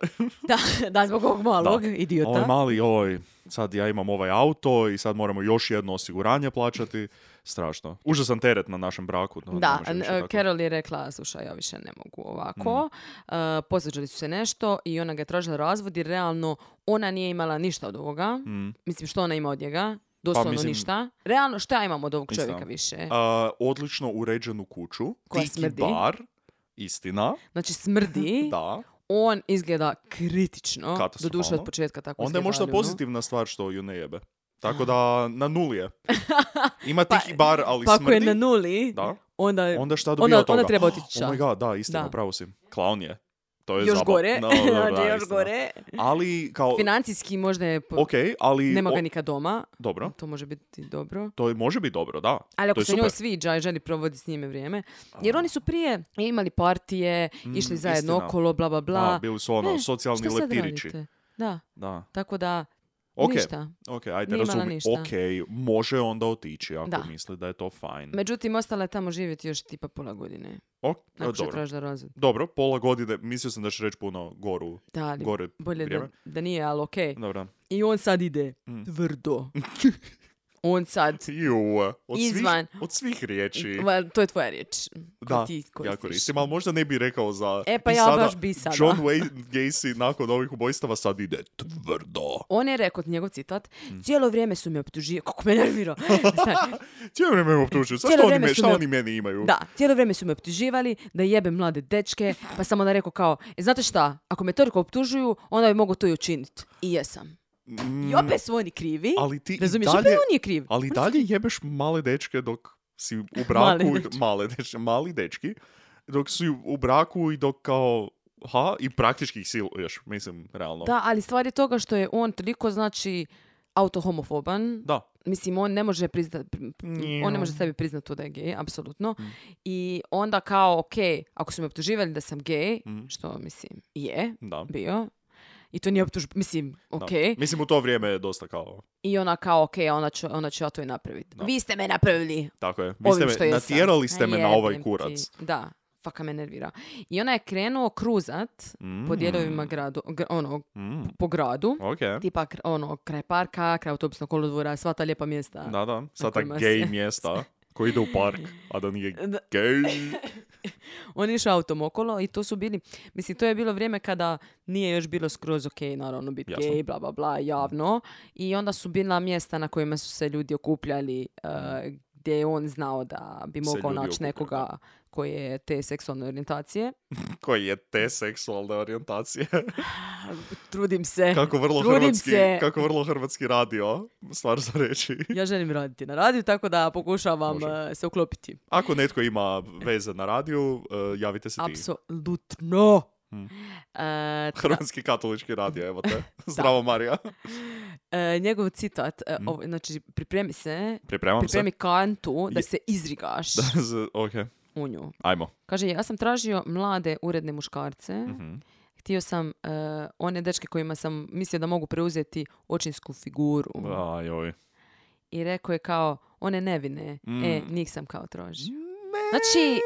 E: Da, da, zbog ovog malog
D: Da.
E: idiota.
D: Ovaj mali, oj, sad ja imam ovaj auto i sad moramo još jedno osiguranje plaćati. Strašno. Užasan teret na našem braku. no, ne
E: Da,
D: može
E: n- e,
D: više tako.
E: Carol je rekla, slušaj, ja više ne mogu ovako.
D: Mm.
E: E, posvađali su se nešto i ona ga je tražila razvod i realno ona nije imala ništa od ovoga.
D: Mm.
E: Mislim, što ona ima od njega? Doslovno
D: Pa mislim-
E: ništa. Realno, što ja imam od ovog
D: Isto.
E: čovjeka više?
D: A, odlično uređenu kuću.
E: Koja
D: tiki
E: smrdi.
D: bar. Istina,
E: Znači, smrdi.
D: da.
E: On izgleda kritično.
D: Katastrofalno.
E: Doduše od početka tako
D: Onda je
E: izgleda,
D: možda
E: ali ono.
D: pozitivna stvar što ju ne jebe. Tako da, na nuli je. Ima
E: Pa-
D: tiki bar, ali
E: Pa ako
D: smrdi.
E: je na nuli,
D: Da.
E: onda je
D: Onda šta
E: Onda-
D: dobija od toga?
E: onda treba otići ča.
D: Oh my god, da, istina,
E: Da.
D: pravo si. Klaun je. To je
E: još
D: zabavno.
E: gore.
D: No, dobro, da,
E: Znači, još
D: istina.
E: gore.
D: Ali, kao,
E: Financijski možda je... po-
D: ok, ali...
E: Nema
D: o-
E: ga nikad doma.
D: Dobro,
E: To može biti dobro.
D: to je, može biti dobro, da.
E: Ali
D: To
E: ako
D: je
E: se njoj
D: super.
E: sviđa i želi provoditi s njime vrijeme. Jer oni su prije imali partije, išli zajedno
D: Mm, istina.
E: okolo, bla, bla, bla.
D: Da, bili su ono,
E: E,
D: socijalni
E: Šta sad
D: leptirići.
E: radite? Da,
D: Da.
E: tako da,
D: Ok,
E: ništa.
D: ok, ajde,
E: Nije imala
D: razumi.
E: ništa.
D: Ok, može onda otići ako
E: Da.
D: misli da je to fajn.
E: Međutim, ostala je tamo živjeti još tipa pola godine.
D: Ok,
E: Ako što je
D: dobro.
E: tražila razvod.
D: Dobro, pola godine, mislio sam da ćeš reći puno goru,
E: Da, ali
D: gore
E: bolje da,
D: vrijeme.
E: da nije, ali okej.
D: Dobro.
E: I on sad ide.
D: Mm.
E: Tvrdo. on sad...
D: Ju, uh, od,
E: Izvan.
D: Svih, od svih riječi.
E: Va, to je tvoja riječ. koju
D: Znači- Da,
E: ti
D: ja
E: koristiš.
D: koristim, ali možda ne bi rekao za...
E: E, pa
D: i
E: ja
D: sada
E: baš bi sada.
D: John Wayne Gacy nakon ovih ubojstava sad ide tvrdo.
E: On je rekao, njegov citat,
D: Mm.
E: cijelo vrijeme su me optuživali, kako me nervira.
D: Cijelo vrijeme me optužuju. Sad
E: Cijelo
D: što oni,
E: vrijeme
D: me,
E: su
D: šta
E: me-
D: oni meni imaju?
E: Da, cijelo vrijeme su me optuživali da jebem mlade dečke, pa sam onda rekao kao, e, znate šta, ako me toliko optužuju, onda bi mogu to i učiniti. I jesam.
D: Mm,
E: I opet su oni krivi,
D: ali ti i
E: razumiješ,
D: dalje-
E: opet on nije kriv.
D: ali
E: Oni su
D: dalje jebeš male dečke dok si u braku.
E: Male
D: i-
E: dečke.
D: male dečke. Mali dečki. Dok si u braku i dok kao... Ha, i praktički ih siluješ, mislim, realno.
E: Da, ali stvar je toga što je on toliko, znači, autohomofoban.
D: Da.
E: Mislim, on ne može priznat, on ne može sebi priznat to da je gej, apsolutno.
D: Mm.
E: I onda kao, ok, ako su me optuživali da sam gej,
D: Mm.
E: što mislim, je
D: Da.
E: bio, i to nije optužba, mislim,
D: da.
E: ok.
D: Mislim, u to vrijeme je dosta kao...
E: I ona kao, ok, onda ću, onda ću ja to i napraviti.
D: Da.
E: Vi ste me napravili
D: Tako je. Vi ste
E: ovim što
D: me,
E: jesam.
D: natjerali ste me na ovaj
E: Jebem ti.
D: kurac.
E: Da, faka me nervira. I ona je krenuo kruzat po
D: Mm,
E: dijelovima gradu, gr- ono,
D: mm,
E: po gradu.
D: Ok.
E: Tipa, kr- ono, kraj parka, kraj autobusnog kolodvora, sva ta lijepa mjesta.
D: Da, da. Sad tak
E: kojima
D: gej
E: se-
D: mjesta koji ide u park, a da nije
E: Da.
D: gej.
E: On je išao autom okolo i to su bili, mislim, to je bilo vrijeme kada nije još bilo skroz ok, naravno, biti
D: Jasno.
E: gej, bla, bla, bla, javno. I onda su bila mjesta na kojima su se ljudi okupljali, eh, gdje je on znao da bi mogao
D: Mm. ljudi
E: naći
D: okupljaju,
E: nekoga koji je te seksualne orijentacije.
D: Koji je te seksualne orijentacije.
E: Trudim se.
D: Kako vrlo
E: Trudim
D: hrvatski,
E: se.
D: kako vrlo hrvatski radio, stvar za reći.
E: Ja želim raditi na radiju, tako da pokušavam
D: Može.
E: eh, se uklopiti.
D: Ako netko ima veze na radiju, eh, javite se ti.
E: Apsolutno.
D: Mm.
E: Eh,
D: Hrvatski katolički radio, evo te. Zdravo Marija.
E: eh, njegov citat, eh,
D: Mm.
E: ovo- znači pripremi se,
D: Pripremam se.
E: pripremi kantu da
D: Ono Je-
E: se izrigaš
D: Da, z- ok,
E: u nju.
D: ajmo.
E: Kaže, ja sam tražio mlade uredne muškarce,
D: Mhm.
E: htio sam eh, one dečke kojima sam mislio da mogu preuzeti očinsku figuru.
D: Aj, oj.
E: I rekao je kao, one nevine,
D: Mm.
E: e, njih sam kao tražio. Znači,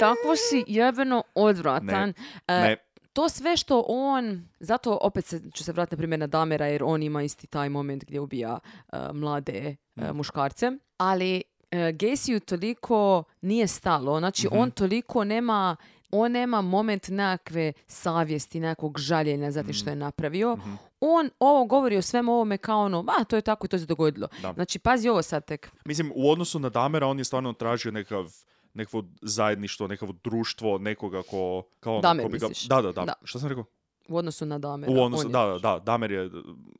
E: Tako si jebeno odvratan. Eh,
D: Ne,
E: to sve što on, zato opet se, ću se vratiti na primjer na Damera jer on ima isti taj moment gdje ubija eh, mlade eh,
D: Mm.
E: muškarce, ali uh, Gacyju toliko nije stalo, znači
D: Mhm.
E: on toliko nema on nema moment nekakve savjesti, nekakvog žaljenja za
D: Mhm.
E: tim što je napravio. On ovo govori o svemu ovome kao ono, ma, to je tako i to se dogodilo.
D: Da.
E: Znači, pazi ovo sad tek.
D: Mislim, u odnosu na Damera, on je stvarno tražio nekakav nekakvo zajedništvo, nekakvo društvo, nekoga ko... Kao ono,
E: Damer
D: ko bi ga...
E: misliš?
D: Da, da, da,
E: Da.
D: Šta sam rekao?
E: U odnosu na Damera.
D: U odnosu,
E: on je-
D: da, da, da, Damer je uh,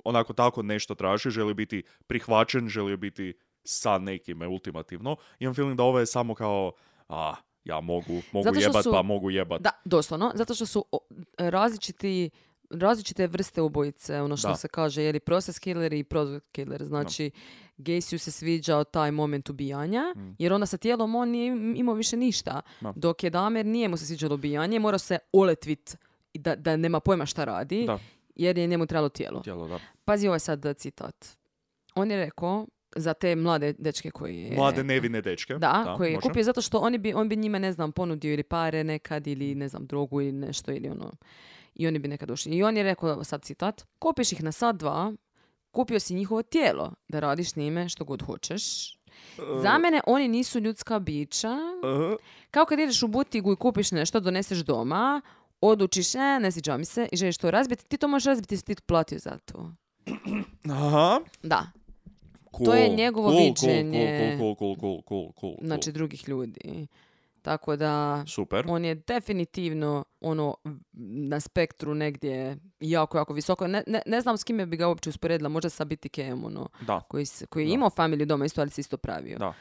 D: onako tako nešto traži, želi biti prihvaćen, želi biti sa nekime ultimativno. Imam feeling da ovo je samo kao, a, ja mogu, mogu
E: Zato što
D: jebat,
E: su-
D: pa mogu jebat.
E: Da, doslovno, zato što su o- različiti različite vrste ubojice, ono što
D: Da.
E: se kaže, jer i process killer i product killer. Znači, Gaciju se sviđao taj moment ubijanja,
D: Mm.
E: jer onda sa tijelom on nije im- imao više ništa.
D: Da.
E: Dok je Damer, nije mu se sviđalo ubijanje, morao se oletvit i da, da nema pojma šta radi,
D: Da.
E: jer je njemu trebalo tijelo.
D: Tijelo, da.
E: Pazi ovaj sad citat. On je rekao, za te mlade dečke koji je...
D: Mlade nevine dečke.
E: Da, koji je
D: može.
E: kupio zato što oni bi, on bi njima, ne znam, ponudio ili pare nekad ili ne znam, drogu ili nešto ili ono. I oni bi nekad došli. I on je rekao, sad citat, kupiš ih na sad dva, kupio si njihovo tijelo da radiš s njime što god
D: E.
E: hoćeš.
D: Uh,
E: Za mene oni nisu ljudska bića.
D: Eh,
E: Kao kad ideš u butigu i kupiš nešto, doneseš doma, odučiš, e, ne sviđa mi se i želiš to razbiti, ti to možeš razbiti jer si ti platio za to.
D: aha,
E: Da,
D: cool.
E: To je njegovo
D: cool, cool,
E: viđenje.
D: Cool, cool, cool, cool, cool, cool, cool.
E: znači drugih ljudi. Tako da,
D: Super.
E: on je definitivno ono na spektru negdje jako, jako visoko. Ne, ne, ne znam s kime bi ga uopće usporedila, možda sa BTK-em, ono,
D: Da,
E: koji, s- koji je
D: Da.
E: imao familiju doma isto, ali se isto pravio.
D: Da.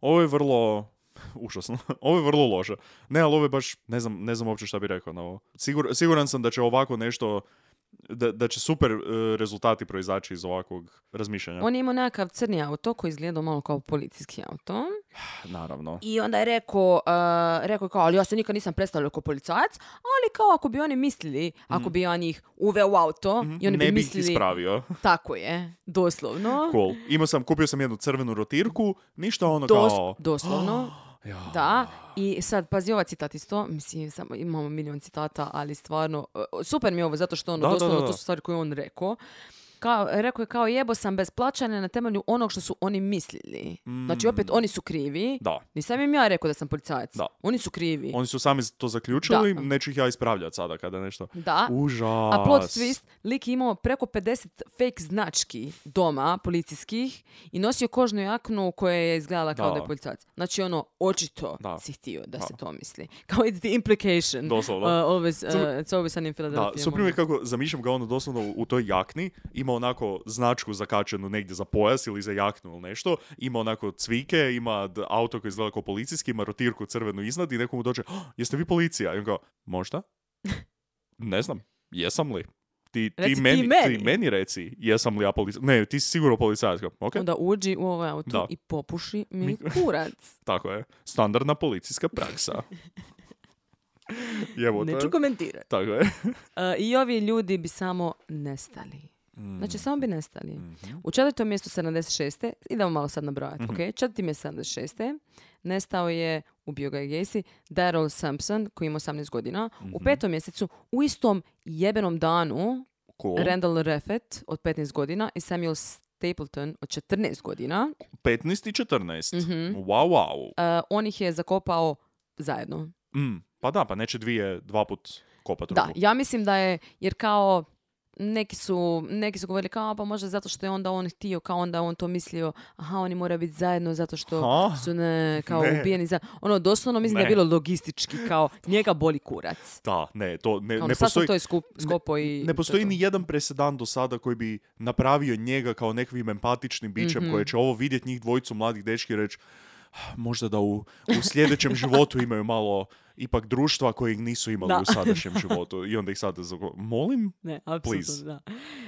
D: ovo je vrlo... Užasno. Ovo je vrlo loše. Ne, ali ovo je baš, ne znam, ne znam uopće šta bi rekao na ovo. Sigur- siguran sam da će ovako nešto, da, da će super eh, rezultati proizaći iz ovakvog razmišljanja.
E: On je imao nekakav crni auto koji je izgledao malo kao policijski auto.
D: Naravno.
E: I onda je rekao, e, rekao je kao, ali ja se nikad nisam predstavljao kao policajac, ali kao ako bi oni mislili, ako bi ja njih uveo u auto i oni
D: Mhm. ne
E: bi
D: bih
E: mislili,
D: ispravio.
E: tako je, doslovno,
D: Cool. Imao sam, kupio sam jednu crvenu rotirku, ništa ono
E: dos-
D: kao...
E: doslovno,
D: Ja.
E: Da, i sad, pazi, ova citat isto, mislim, samo imamo milion citata, ali stvarno, e, super mi je ovo, zato što ono,
D: Da, da,
E: doslovno,
D: da, da.
E: to su stvari koje je on rekao. Kao, rekao je kao, jebo sam bez plaćanja na temelju onog što su oni mislili. Znači, opet, oni su krivi.
D: Mm. Da.
E: Nisam im ja rekao da sam policajac.
D: Da.
E: Oni su krivi.
D: Oni su sami to zaključili,
E: Da.
D: neću ih ja ispravljati sada kada nešto...
E: Da.
D: Užas.
E: A plot twist, lik je imao preko 50 fake znački doma, policijskih, i nosio kožnu jaknu koja je izgledala kao
D: Da.
E: da, je policajac. Znači ono, očito
D: Da.
E: si htio da,
D: Da.
E: se to misli. Kao it's the implication.
D: Doslovno.
E: Uh, always, uh,
D: Super-
E: it's always an in
D: Da,
E: Philadelphia.
D: super mi je kako zamišljam ga ono doslovno u- u toj jakni, ima onako značku zakačenu negdje za pojas ili za jaknu ili nešto, ima onako cvike, ima d- auto koji izgleda kao policijski, ima rotirku crvenu iznad i nekomu dođe, "Oh, jeste vi policija? I on kao, možda? Ne znam, jesam li? Ti, ti,
E: Reci ti
D: meni,
E: meni.
D: ti meni reci, jesam li ja policija? Ne, ti si sigurno policajac. Kao, Ok,
E: Onda uđi u ovaj auto
D: Da.
E: i popuši mi kurac.
D: tako je. Standardna policijska praksa. Jebote.
E: Neću komentirati.
D: Tako je.
E: Uh, I ovi ljudi bi samo nestali. Znači,
D: Mm.
E: samo bi nestali.
D: Mhm.
E: U četvrtom mjestu 76. Idemo malo sad nabrojati, ok? Četvrti mjesto 76. Nestao je, ubio ga je Gacy, Daryl Sampson, koji ima 18 godina. U petom mjesecu, u istom jebenom danu,
D: Cool.
E: Randall Refet od 15 godina i Samuel Stapleton od 14 godina.
D: 15 i 14.
E: Mhm.
D: Wow, wow.
E: Uh, on ih je zakopao zajedno.
D: Mm, pa da, pa neće dvije, dva put kopat
E: Da,
D: ruku.
E: ja mislim da je, jer kao neki su, neki su govorili kao, "A, pa možda zato što je onda on htio, kao onda on to mislio, aha, oni moraju biti zajedno zato što
D: Ha?
E: su ne, kao
D: Ne.
E: ubijeni za... Ono, doslovno mislim da
D: Ne.
E: je bilo logistički, kao njega boli kurac.
D: Da, ne, to ne,
E: Kao,
D: ne
E: ono, sad sam
D: postoji...
E: to je skup, skopo i...
D: Ne postoji
E: to je to.
D: ni jedan presedan do sada koji bi napravio njega kao nekakvim empatičnim bićem
E: Mhm.
D: koje će ovo vidjeti njih dvojicu mladih dečki i reći "Ah, možda da u, u sljedećem životu imaju malo ipak društva kojeg nisu imali
E: Da.
D: u sadašnjem životu. I onda ih sada zago... Molim?
E: Ne, apsolutno,
D: Please.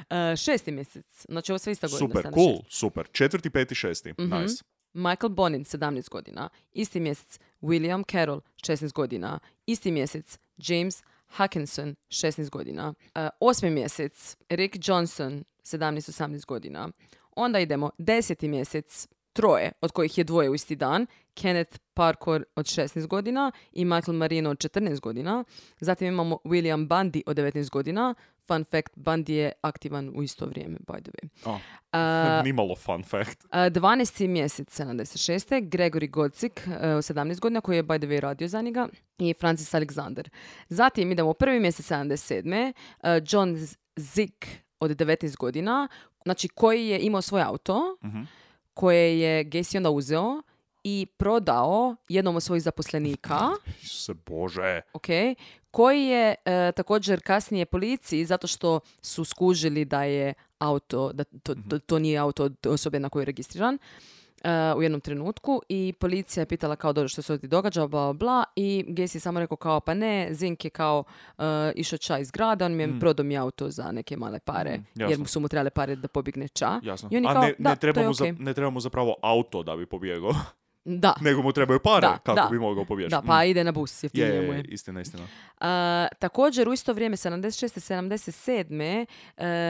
E: da. E, šesti mjesec, znači ovo sve ista godina.
D: Super,
E: 76.
D: cool, super. Četvrti, peti, šesti.
E: Mhm.
D: Nice.
E: Michael Bonin, 17 godina. Isti mjesec, William Carroll, 16 godina. Isti mjesec, James Hackinson, 16 godina. E, osmi mjesec, Rick Johnson, 17-18 godina. Onda idemo, deseti mjesec, troje, od kojih je dvoje u isti dan, Kenneth Parkour od 16 godina i Michael Marino od 14 godina. Zatim imamo William Bundy od 19 godina. Fun fact, Bundy je aktivan u isto vrijeme, by the way.
D: Oh.
E: E,
D: Nimalo fun fact.
E: a, 12. mjesec 76. Gregory Gocik, e, od 17 godina, koji je by the way radio za njega, i Francis Alexander. Zatim idemo u prvi mjesec 77. e, John Z- Zick od 19 godina, znači koji je imao svoj auto, koje je Gacy onda uzeo i prodao jednom od svojih zaposlenika,
D: Isuse Bože.
E: ok, koji je e, također kasnije policiji zato što su skužili da je auto, da to,
D: Mhm.
E: to, to nije auto od osobe na koju je registriran e, u jednom trenutku i policija je pitala kao dobro što se ovdje događa, bla, bla, bla i Gesi je samo rekao kao pa ne, Zink je kao e, išao ča iz grada, on mi je prodao mi auto za neke male pare,
D: Mm, Mhm. jasno.
E: jer mu su mu trebale pare da pobigne ča.
D: Jasno.
E: I on je
D: A
E: kao,
D: ne,
E: da,
D: ne, treba
E: to je
D: mu za-
E: okej.
D: ne treba mu zapravo auto da bi pobjegao,
E: Da,
D: nego mu trebaju pare
E: Da,
D: kako
E: da.
D: bi mogao pobjeći.
E: da,
D: Mm.
E: pa ide na bus,
D: Je,
E: jeftinije mu je.
D: je, je, istina, istina.
E: A, također u isto vrijeme 76. 77.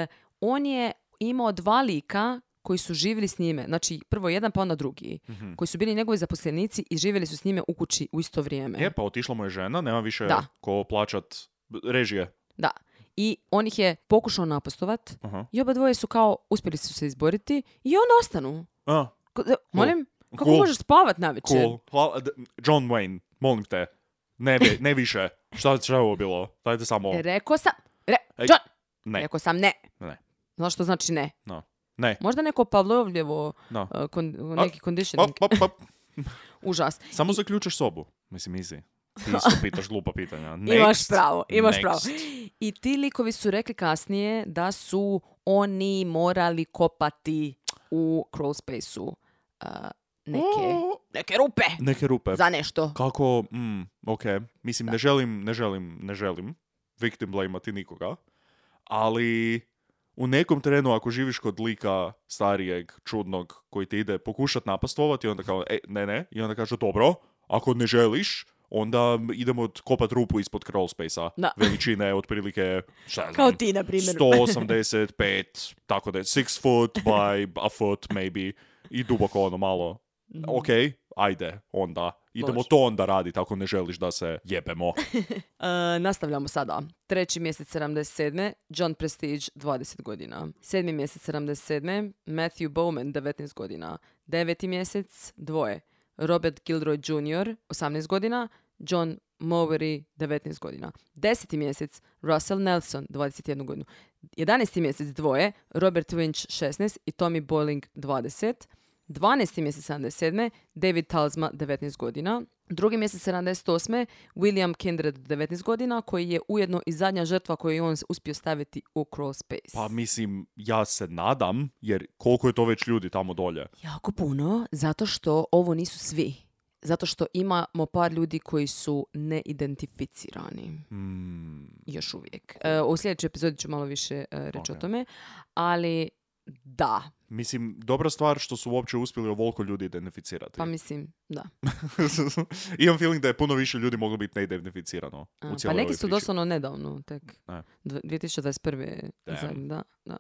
E: Uh, on je imao dva lika koji su živjeli s njime. Znači prvo jedan pa onda drugi.
D: Mhm.
E: Koji su bili njegovi zaposlenici i živjeli su s njime u kući u isto vrijeme.
D: E, pa otišla mu je žena, nema više
E: Da.
D: ko plaćat režije.
E: Da. I on ih je pokušao napostovat
D: Aha.
E: i oba dvoje su kao uspjeli su se izboriti i onda ostanu.
D: A,
E: Ko- da, Molim, kako
D: Cool.
E: možeš spavat navečer?
D: cool. Hvala, d- John Wayne, molim te. Ne, bi- ne više. Šta, šta je ovo bilo? Dajte samo...
E: E, Rekao sam, re,
D: Ej,
E: John,
D: ne.
E: rekao sam ne.
D: Ne.
E: Znaš što znači ne?
D: No. Ne.
E: Možda neko Pavlovljevo,
D: No.
E: uh, kon- neki
D: Op,
E: conditioning.
D: op, op.
E: Užas.
D: Samo zaključaš sobu. Mislim, easy. Ti isto pitaš glupa pitanja. Next.
E: Imaš pravo, imaš
D: Next.
E: pravo. I ti likovi su rekli kasnije da su oni morali kopati u crawl space-u uh, neke,
D: O,
E: neke rupe
D: Neke rupe.
E: za nešto.
D: Kako, mm, ok, mislim, ne želim, ne želim, ne želim victim blameati nikoga, ali u nekom trenu ako živiš kod lika starijeg, čudnog, koji te ide pokušat napastovati, onda kao, e, ne, ne, i onda kaže, dobro, ako ne želiš, onda idemo kopat rupu ispod crawl space-a.
E: Da.
D: Veličine otprilike, šta ja
E: Kao
D: znam,
E: ti, na primjer.
D: 185, tako da je 6 foot by a foot maybe i duboko ono malo.
E: Mhm.
D: Ok, ajde, onda. Idemo
E: Mm. Može.
D: to onda raditi ako ne želiš da se jebemo.
E: E, nastavljamo sada. Treći mjesec 77. John Prestige 20 godina. Sedmi mjesec 77. Matthew Bowman 19 godina. Deveti mjesec dvoje. Robert Gilroy Jr. 18 godina. John Mowery 19 godina. Deseti mjesec Russell Nelson 21 godinu. 11. mjesec dvoje, Robert Winch 16 i Tommy Boiling 20. 12. mjesec 77. David Talzma 19 godina. Drugi mjesec 78. William Kindred 19 godina koji je ujedno i zadnja žrtva koju je on uspio staviti u crawl space.
D: Pa mislim, ja se nadam, jer koliko je to već ljudi tamo dolje.
E: Jako puno, zato što ovo nisu svi. Zato što imamo par ljudi koji su
D: Mhm.
E: neidentificirani.
D: Mm,
E: još uvijek. E, u sljedećoj epizodi ću malo više e, reći o tome, ali da,
D: mislim, dobra stvar što su uopće uspjeli ovoliko ljudi identificirati.
E: pa mislim, da.
D: Imam feeling da je puno više ljudi moglo biti neidentificirano.
E: A,
D: u
E: pa
D: cijeloj
E: neki
D: ovoj
E: su
D: priči.
E: doslovno nedavno, tek.
D: E.
E: Dv- 2021.
D: Damn.
E: zadnji, da. da.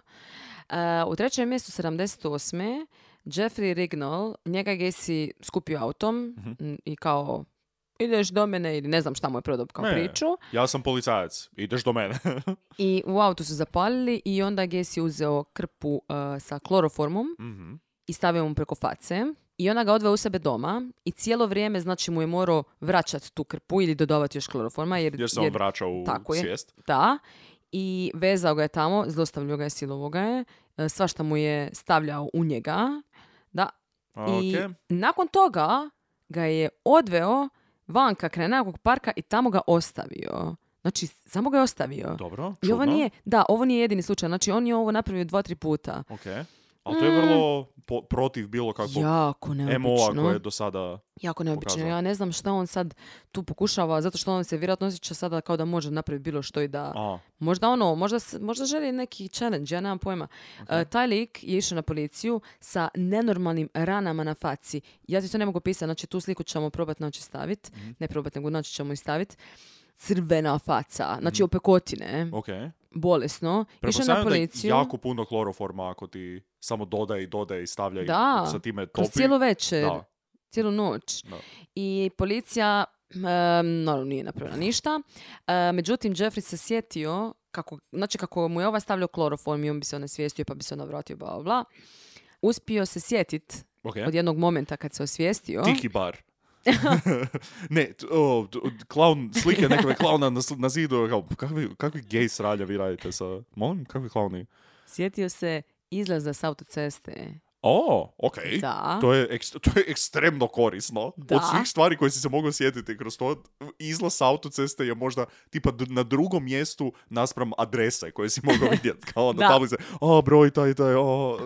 E: E, u trećem mjestu 78. Jeffrey Rignall, njega je Gacy skupio autom
D: Mhm.
E: m, i kao ideš do mene ili ne znam šta mu je prodao kao
D: Ne.
E: priču.
D: Ja sam policajac, ideš do mene.
E: I u autu su zapalili i onda je Gacy uzeo krpu e, sa kloroformom
D: Mhm.
E: i stavio mu preko face. I ona ga odve u sebe doma i cijelo vrijeme znači mu je morao vraćati tu krpu ili dodavati još kloroforma jer,
D: Jer se on vraća u
E: tako je.
D: svijest.
E: da. I vezao ga je tamo, zlostavljao ga je, silovao ga je, e, svašta mu je stavljao u njega. Da. I
D: Ok.
E: nakon toga ga je odveo vanka kraj nekog parka i tamo ga ostavio. Znači, samo ga je ostavio.
D: Dobro,
E: I ovo
D: čudno.
E: nije, da, ovo nije jedini slučaj. Znači, on je ovo napravio dva, tri puta.
D: Ok. Ali to je
E: Mm.
D: vrlo po- protiv bilo kakvog
E: Jako neobično.
D: MO-a koje je do sada...
E: Jako neobično.
D: pokazao.
E: Ja ne znam šta on sad tu pokušava, zato što on se vjerojatno osjeća sada kao da može napraviti bilo što i da...
D: A,
E: Možda ono, možda, s- možda želi neki challenge, ja nemam pojma. E, taj lik je išao na policiju sa nenormalnim ranama na faci. Ja ti to ne mogu pisati, znači tu sliku ćemo probat naći staviti.
D: Mhm.
E: Ne probat, nego naći ćemo i staviti. Crvena faca, znači opekotine,
D: ok.
E: bolesno. Išao na
D: Mhm. Pretpostavljam da je
E: policiju.
D: jako puno kloroforma ako ti samo dodaje i dodaje i stavlja
E: Da,
D: i sa time topi.
E: Kroz cijelu večer.
D: Da.
E: cijelu noć.
D: Da.
E: I policija em, naravno nije napravila ništa. E, međutim, Jeffrey se sjetio kako, znači kako mu je ovaj stavljao kloroform i on bi se onesvijestio pa bi se onda vratio, bla, bla, bla. Uspio se sjetit
D: Ok.
E: od jednog momenta kad se osvijestio.
D: Tiki bar. ne, t- o, d- d- klaun, slike nekog klauna na, sl- na zidu, kao, kakvi, kakvi gej sralja vi radite sa, molim, kakvi klauni?
E: Sjetio se izlaza s autoceste.
D: O, ok.
E: Da.
D: To je, ekst- to je ekstremno korisno.
E: Da.
D: Od svih stvari koje si se mogao sjetiti kroz to, izlaz sa autoceste je možda tipa d- na drugom mjestu naspram adrese koje si mogao vidjeti. Kao na
E: Da.
D: tablice, o, broj taj, i taj, o...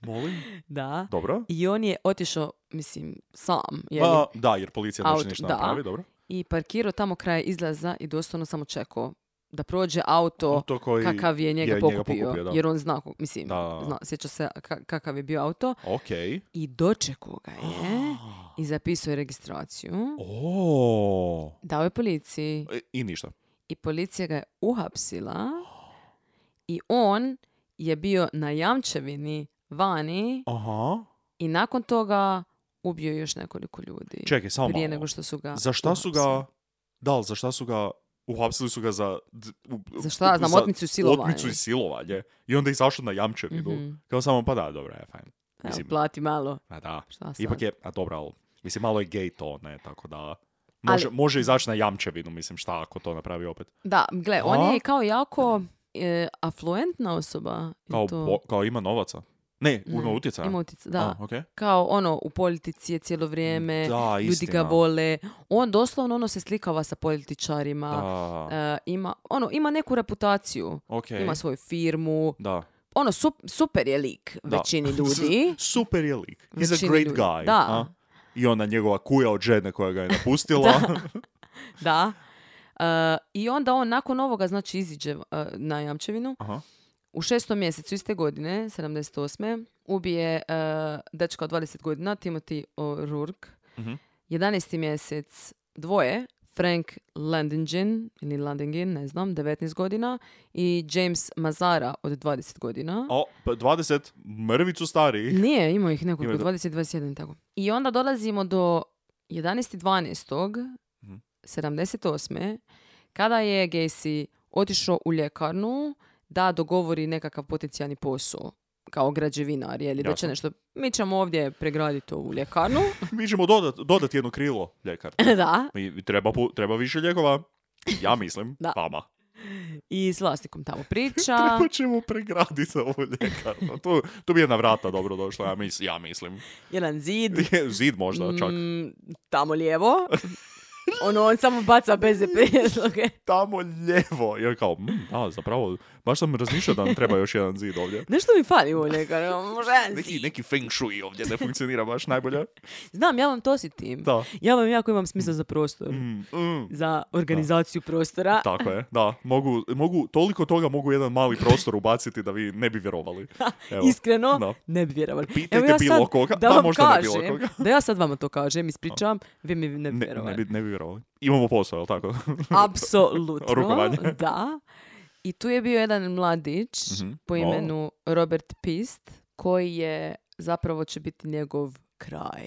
D: Molim?
E: Da.
D: Dobro.
E: I on je otišao, mislim, sam, je
D: A, da, jer policija neće
E: Aut-
D: ništa
E: da.
D: napravi, dobro.
E: I parkirao tamo kraj izlaza i doslovno samo čekao da prođe auto
D: To koji...
E: kakav je njega
D: je njega
E: pokupio.
D: pokupio, da.
E: Jer on zna, ko- mislim,
D: Da.
E: zna, sjeća se ka- kakav je bio auto.
D: Ok.
E: I dočekao ga je i zapisao je registraciju.
D: O.
E: Dao je policiji.
D: E, I ništa.
E: i policija ga je uhapsila i on je bio na jamčevini vani
D: Aha.
E: i nakon toga ubio još nekoliko ljudi.
D: Čekaj, samo
E: prije
D: malo.
E: nego što su ga
D: Za šta su ga...
E: uhapsili.
D: Da, ali za šta su ga... Uhapsili su ga za... d- u-
E: Za šta? Znam, otmicu i silovanje.
D: Otmicu i silovanje. I onda je izašao na jamčevinu.
E: Mhm.
D: Kao samo, pa da, dobro, je, fajn.
E: Evo,
D: Mislim,
E: plati malo.
D: a da.
E: Šta Pa sad?
D: Ipak je, a dobro, ali... Mislim, malo je gej to, ne, tako da... Može, može izaći na jamčevinu, mislim, šta ako to napravi opet.
E: Da, gle, on
D: A?
E: je kao jako e, afluentna osoba. i
D: Kao,
E: to-
D: bo- kao ima novaca. Ne, ima
E: Ne,
D: utjecaja.
E: Ima utjecaj, da.
D: A, okej.
E: Kao ono, u politici je cijelo vrijeme,
D: Da,
E: ljudi
D: istina.
E: ga vole. On doslovno ono se slikava sa političarima.
D: Da,
E: E, ima, ono, ima neku reputaciju.
D: okej.
E: Ima svoju firmu.
D: Da.
E: Ono, sup- super je lik
D: Da.
E: većini ljudi.
D: Super je lik. He's a
E: Većini
D: great
E: ljudi.
D: guy.
E: Da.
D: a? I ona njegova kuja od žene koja ga je napustila.
E: da. E, I onda on nakon ovoga, znači, iziđe e, na Jamčevinu.
D: Aha.
E: U šestom mjesecu iste godine, 78. ubije uh, dečka od 20 godina, Timothy O'Rourke.
D: Mhm.
E: 11. mjesec dvoje, Frank Landingen, ili Landingen, ne znam, 19 godina, i James Mazara od 20 godina.
D: O, pa 20, mrvicu stariji.
E: Nije, imao ih nekoliko,
D: Ima
E: 20, 21 i tako. I onda dolazimo do 11.12.
D: Mhm.
E: 78. kada je Gacy otišao u ljekarnu da dogovori nekakav potencijalni posao kao građevinar, je li
D: Jasno.
E: reče nešto, mi ćemo ovdje pregraditi ovu ljekarnu.
D: Mi ćemo dodat, dodat jedno krilo ljekar.
E: da.
D: I treba, pu- treba više ljekova. Ja mislim,
E: Da.
D: vama.
E: I s vlasnikom tamo priča.
D: Treba ćemo pregraditi ovu ljekarnu. Tu, tu bi jedna vrata dobro došla, ja, mis, ja mislim.
E: Jedan zid.
D: Zid možda čak.
E: mm, tamo lijevo. ono, on samo baca bez prijedloge.
D: Tamo ljevo. Jer kao, mm, da, zapravo, baš sam razmišljao da nam treba još jedan zid ovdje.
E: Nešto mi fali u ljekarnu. Možda jedan
D: Neki,
E: zid.
D: neki feng shui ovdje ne funkcionira baš najbolje.
E: Znam, ja vam to osjetim.
D: Da.
E: Ja vam jako imam smisla za prostor.
D: Mm, mm.
E: Za organizaciju prostora.
D: Tako je, da. Mogu, mogu, toliko toga mogu u jedan mali prostor ubaciti da vi ne bi vjerovali. Evo.
E: Iskreno,
D: Da.
E: ne bi vjerovali.
D: Pitajte bilo koga,
E: da
D: da,
E: vam
D: možda ne
E: kažem,
D: bilo koga.
E: da ja sad vama to kažem, ispričam, vi mi ne bi
D: Ne, ne,
E: vjerovali.
D: bi, ne bi vjerovali. Imamo posao, jel tako?
E: Apsolutno.
D: Rukovanje.
E: Da. I tu je bio jedan mladić
D: Mhm.
E: po
D: O.
E: imenu Robert Pist, koji je zapravo će biti njegov kraj.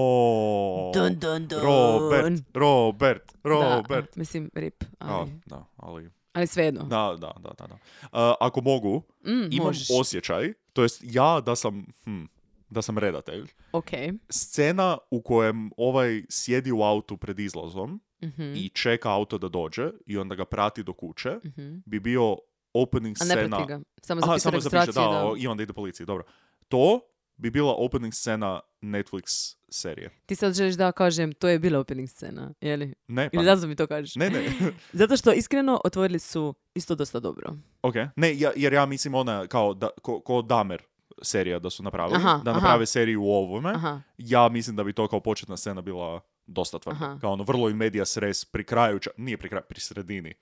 D: Aoo.
E: Dun, dun, dun.
D: Robert, Robert,
E: Da,
D: Robert.
E: mislim, rip.
D: Da,
E: Ali,
D: da, ali...
E: ali svejedno.
D: Da, da, da, da. da. A, ako mogu,
E: Mm,
D: imam
E: možeš.
D: osjećaj, to jest ja da sam, hm, da sam redatelj,
E: Ok.
D: scena u kojem ovaj sjedi u autu pred izlazom
E: Mhm,
D: i čeka auto da dođe i onda ga prati do kuće,
E: mhm.
D: bi bio opening
E: A ne
D: scena...
E: prati ga. Samo
D: Aha,
E: zapisao
D: samo zapiše, da,
E: registraciju. da-
D: o, i onda ide policiji, dobro. To bi bila opening scena Netflix serije.
E: Ti sad želiš da kažem, to je bila opening scena, jeli?
D: Ne, pa
E: Ili zato mi to kažeš?
D: Ne, ne,
E: Zato što iskreno otvorili su isto dosta dobro.
D: ok. Ne, ja- jer ja mislim ona kao, da, ko, ko Damer serija da su napravili,
E: Aha,
D: da
E: aha.
D: naprave seriju u ovome,
E: Aha,
D: ja mislim da bi to kao početna scena bila dosta tvrda.
E: Aha.
D: Kao ono, vrlo in medias res pri kraju, ča- nije pri kraju, pri sredini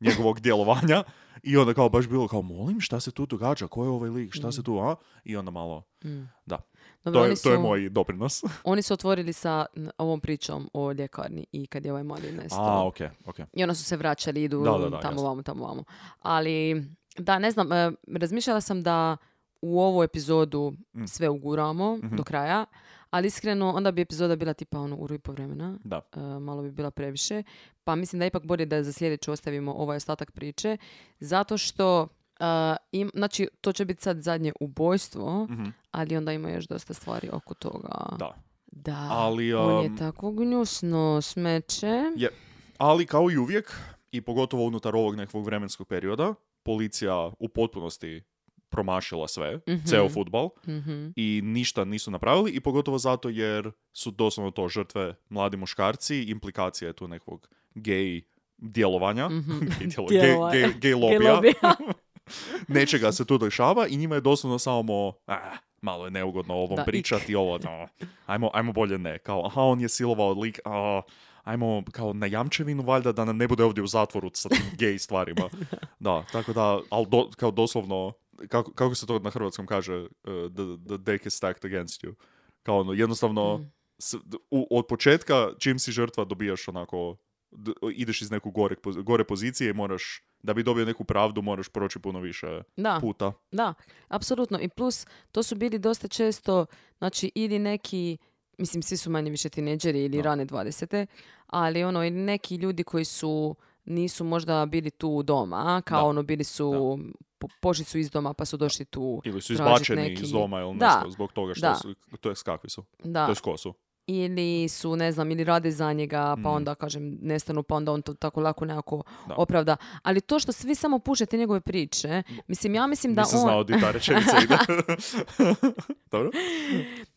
D: njegovog djelovanja. I onda kao baš bilo kao, molim, šta se tu događa? Ko je ovaj lik? Šta se tu, a? I onda malo,
E: Mm.
D: da.
E: Dobro,
D: To
E: oni,
D: je,
E: su,
D: to je moj doprinos.
E: oni su otvorili sa n- ovom pričom o ljekarni i kad je ovaj mali
D: A,
E: nestao.
D: ok, ok.
E: I onda su se vraćali, idu
D: Da, da, da,
E: tamo
D: jasno.
E: vamo, tamo vamo. Ali, da, ne znam, e, razmišljala sam da u ovu epizodu
D: Mm.
E: sve uguramo
D: Mhm.
E: do kraja, ali iskreno onda bi epizoda bila tipa ono uru i po vremena.
D: Da.
E: e, malo bi bila previše. Pa mislim da je ipak bolje da za sljedeću ostavimo ovaj ostatak priče. Zato što, e, im, znači, to će biti sad zadnje ubojstvo,
D: Mhm.
E: ali onda ima još dosta stvari oko toga.
D: Da.
E: Da,
D: Ali,
E: on je
D: um,
E: tako gnjusno smeće.
D: Je, ali kao i uvijek, i pogotovo unutar ovog nekog vremenskog perioda, policija u potpunosti promašila sve,
E: Mhm.
D: ceo futbal
E: Mhm.
D: i ništa nisu napravili i pogotovo zato jer su doslovno to žrtve mladi muškarci, implikacija je tu nekog gej djelovanja,
E: Mhm.
D: gej, djelo-
E: Djelovanja.
D: gej- gej- gej lobija,
E: Gej lobija.
D: nečega se tu dešava i njima je doslovno samo, "Ah, malo je neugodno o ovom
E: Da, ik.
D: pričati, ovo, no, ajmo, ajmo bolje ne, kao, aha, on je silovao lik, a, ajmo kao na jamčevinu valjda da nam ne bude ovdje u zatvoru sa tim gej stvarima. Da, tako da, ali do- kao doslovno, kako, kako se to na hrvatskom kaže, uh, the, the deck is stacked against you. Kao ono, jednostavno,
E: Mhm. Mm.
D: s- d- u- od početka, čim si žrtva, dobijaš onako, d- ideš iz neku gore, gore pozicije i moraš, da bi dobio neku pravdu, moraš proći puno više
E: Da,
D: puta.
E: da, apsolutno. I plus, to su bili dosta često, znači, ili neki, mislim, svi su manje više tineđeri ili
D: Da.
E: rane 20. Ali ono, ili neki ljudi koji su, nisu možda bili tu doma, kao
D: Da.
E: ono, bili su, po, pošli su iz doma pa su došli tu.
D: Ili su
E: Tražit
D: izbačeni
E: neki-
D: iz doma ili
E: Da.
D: nešto, zbog toga što
E: Da.
D: su, to je kakvi su,
E: Da.
D: to je ko su.
E: ili su, ne znam, ili rade za njega, pa
D: Mm.
E: onda, kažem, nestanu, pa onda on to tako lako nekako
D: Da.
E: opravda. Ali to što svi samo pušete njegove priče, mislim, ja mislim da
D: Nisam
E: on...
D: znao di ta rečenica ide. Dobro?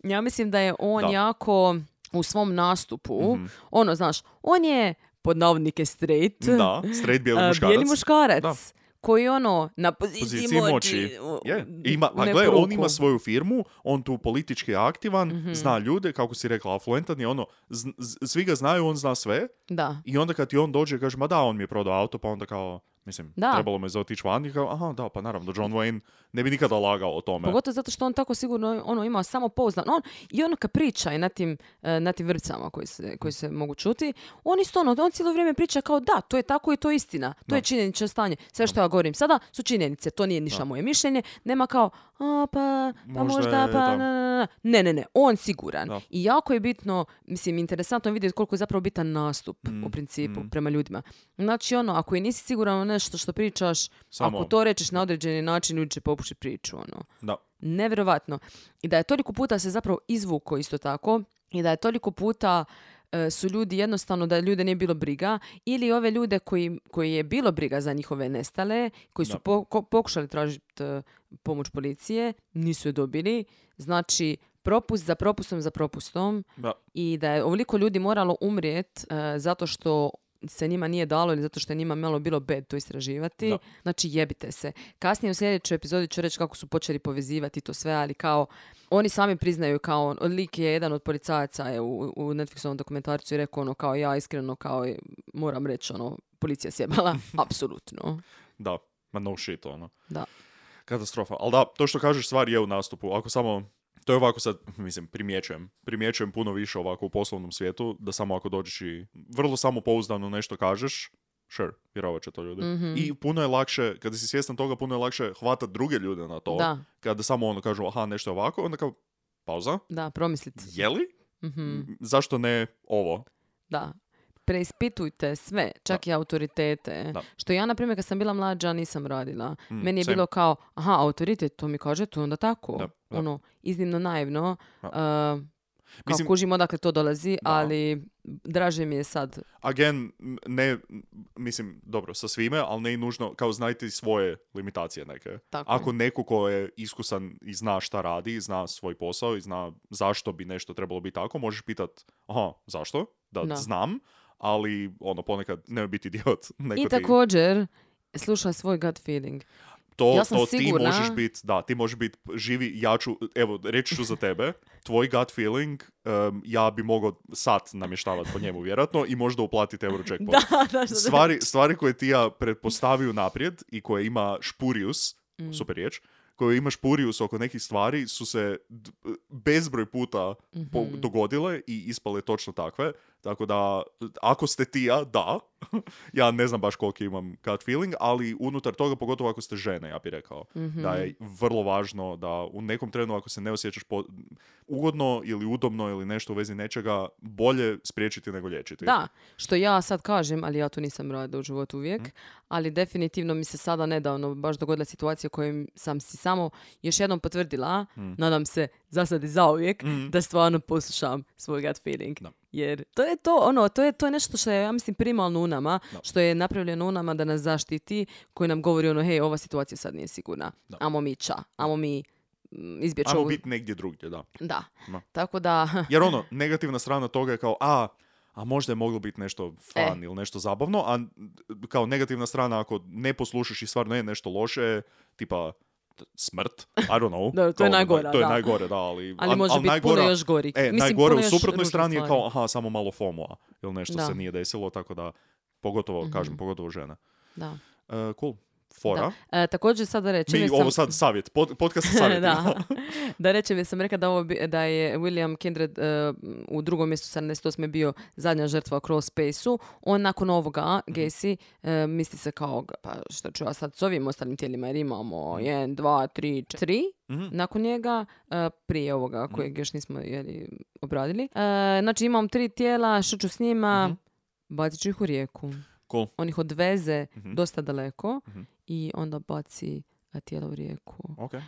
E: Ja mislim da je on
D: Da.
E: jako u svom nastupu,
D: Mhm.
E: ono, znaš, on je pod navodnike straight,
D: Da, straight bijeli
E: a,
D: muškarac.
E: bijeli muškarac,
D: Da.
E: koji ono, na poziciji,
D: Poziciji
E: moći,
D: moći.
E: u-
D: Je,
E: u-
D: ima, pa
E: neku
D: gle, on
E: ruku.
D: ima svoju firmu, on tu politički je aktivan,
E: Mhm.
D: zna ljude, kako si rekla, afluentan je ono, z- z- svi ga znaju, on zna sve,
E: Da,
D: i onda kad ti on dođe, kaže, ma da, on mi je prodao auto, pa onda kao, mislim,
E: Da.
D: trebalo me za otići van, i kao, aha, da, pa naravno, John Wayne ne bi nikada lagao o tome.
E: pogotovo zato što on tako sigurno ono, ima samo pouzdan. On, I ono kad priča i na tim, e, na tim vrpcama koji se, koji se mogu čuti, on isto ono, on cijelo vrijeme priča kao da, to je tako i to je istina, to
D: Da.
E: je činjenično stanje. Sve što ja govorim sada su činjenice, to nije ništa
D: Da.
E: moje mišljenje, nema kao, a pa, pa
D: Možda
E: možda,
D: je,
E: pa
D: da.
E: na, na, na. Ne, ne, ne, on siguran.
D: Da.
E: I jako je bitno, mislim, interesantno je vidjeti koliko je zapravo bitan nastup
D: Mm,
E: u principu prema ljudima. Znači ono, ako i nisi siguran u nešto što pričaš,
D: Samo- ono.
E: ako to rečeš na određeni način, ljudi će popušiti priču, ono.
D: Da.
E: Nevjerovatno. I da je toliko puta se zapravo izvuko isto tako i da je toliko puta e, su ljudi jednostavno da ljude nije bilo briga ili ove ljude koji, koji je bilo briga za njihove nestale, koji su
D: Da.
E: po- ko- pokušali tražiti e, pomoć policije, nisu je dobili. Znači, propust za propustom za propustom
D: Da.
E: i da je ovoliko ljudi moralo umrijet e, zato što se njima nije dalo ili zato što je njima malo bilo bed to istraživati.
D: Da.
E: Znači jebite se. Kasnije u sljedećoj epizodi ću reći kako su počeli povezivati to sve, ali kao oni sami priznaju kao on- lik je jedan od policajaca je u, u Netflixovom dokumentarcu i rekao ono kao ja iskreno kao moram reći ono policija sjebala, apsolutno.
D: Da, ma no shit, ono.
E: Da.
D: Katastrofa. Ali da, to što kažeš stvar je u nastupu. Ako samo, to je ovako sad, mislim, primjećujem. Primjećujem puno više ovako u poslovnom svijetu, da samo ako dođeš i vrlo samopouzdano nešto kažeš, sure, vjerovat će to ljudi.
E: Mhm.
D: I puno je lakše, kada si svjestan toga, puno je lakše hvatat druge ljude na to.
E: Da,
D: Kada samo ono kažu, aha, nešto je ovako, onda kao, pauza,
E: da, promislite.
D: je li?
E: Mhm.
D: Zašto ne ovo?
E: Da. Preispitujte sve, čak i autoritete.
D: Da. Mm,
E: Što ja, na primjer, kad sam bila mlađa, nisam radila. Meni je
D: same.
E: bilo kao, aha, autoritet, to mi kaže, to je onda tako.
D: Da, da.
E: Ono, iznimno naivno.
D: Da.
E: Uh, kao
D: Mislim-
E: kužim odakle to dolazi,
D: Da.
E: ali draže mi je sad.
D: again, m- ne, m- mislim, dobro, sa svime, ali ne i nužno, kao znajte i svoje limitacije neke.
E: Tako je.
D: Ako neko ko je iskusan i zna šta radi, i zna svoj posao i zna zašto bi nešto trebalo biti tako, možeš pitat, aha, zašto? Da,
E: Da.
D: znam, ali ono, ponekad ne biti idiot. Neko
E: I
D: ti-
E: također, slušaj svoj gut feeling.
D: to,
E: ja sam
D: to
E: sigurna-
D: ti možeš biti, da, ti možeš biti živi, ja ću, evo, reći ću za tebe, tvoj gut feeling, em, ja bi mogao sat namještavati po njemu, vjerojatno, i možda uplatiti euro jackpot.
E: da,
D: stvari, stvari koje ti ja pretpostavio naprijed i koje ima Špurius, super riječ, koje ima Špurius oko nekih stvari su se d- bezbroj puta po- dogodile i ispale točno takve. Tako da, ako ste ti ja, da. ja ne znam baš koliko imam gut feeling, ali unutar toga, pogotovo ako ste žene, ja bih rekao, da je vrlo važno da u nekom trenu, ako se ne osjećaš po- ugodno ili udobno ili nešto u vezi nečega, bolje spriječiti nego liječiti.
E: Da, što ja sad kažem, ali ja to nisam radila u životu uvijek,
D: Mhm.
E: ali definitivno mi se sada nedavno baš dogodila situacija u kojoj sam si samo još jednom
D: Mhm.
E: potvrdila, nadam se za sad i zauvijek, da stvarno poslušam svoj gut feeling.
D: Da.
E: Jer to je to, ono, to je, to je nešto što je, ja mislim, primalno u nama,
D: Da.
E: što je napravljeno u nama da nas zaštiti, koji nam govori ono, hej, ova situacija sad nije sigurna.
D: Da.
E: Amo mi ča, amo mi mm, izbjeći
D: Ajmo
E: ovu-
D: biti negdje drugdje, da.
E: Da.
D: Ma.
E: Tako da,
D: Jer ono, negativna strana toga je kao, a, a možda je moglo biti nešto
E: E.
D: fan ili nešto zabavno, a n- kao negativna strana ako ne poslušaš i stvarno je nešto loše, tipa t- smrt, I don't know.
E: Da, to je
D: Kao ono,
E: najgora,
D: To je
E: da.
D: najgore, da, ali...
E: ali
D: al-
E: može
D: al
E: biti
D: najgora-
E: puno još gori.
D: E,
E: mislim,
D: najgore
E: puno
D: u
E: još
D: suprotnoj
E: ružnih
D: strani je
E: stvari.
D: kao, aha, samo malo fomo ili nešto
E: Da.
D: se nije desilo, tako da, pogotovo, kažem, pogotovo žene.
E: Da.
D: E, cool, fora.
E: Da. E, također sada rečem...
D: Mi,
E: jer
D: ovo
E: sam-
D: sad savjet, pod, podcast sa savjetima.
E: da. da rečem, jer sam rekla da, ovo, bi- da je William Kindred e, u drugom mjestu 78. bio zadnja žrtva cross space-u. On nakon ovoga,
D: Mhm.
E: Gesi, e, misli se kao, ga, pa šta ću ja sad s ovim ostalim tijelima, jer imamo 1, 2, 3, 4.
D: Mhm.
E: Nakon njega, e, prije ovoga kojeg još nismo jeli, obradili. E, znači imam tri tijela, što ću s njima?
D: Mhm.
E: Bacit ću ih u rijeku.
D: Cool.
E: On ih odveze
D: Mhm.
E: dosta daleko
D: Mhm.
E: i onda baci e, tijelo u rijeku.
D: Ok.
E: E,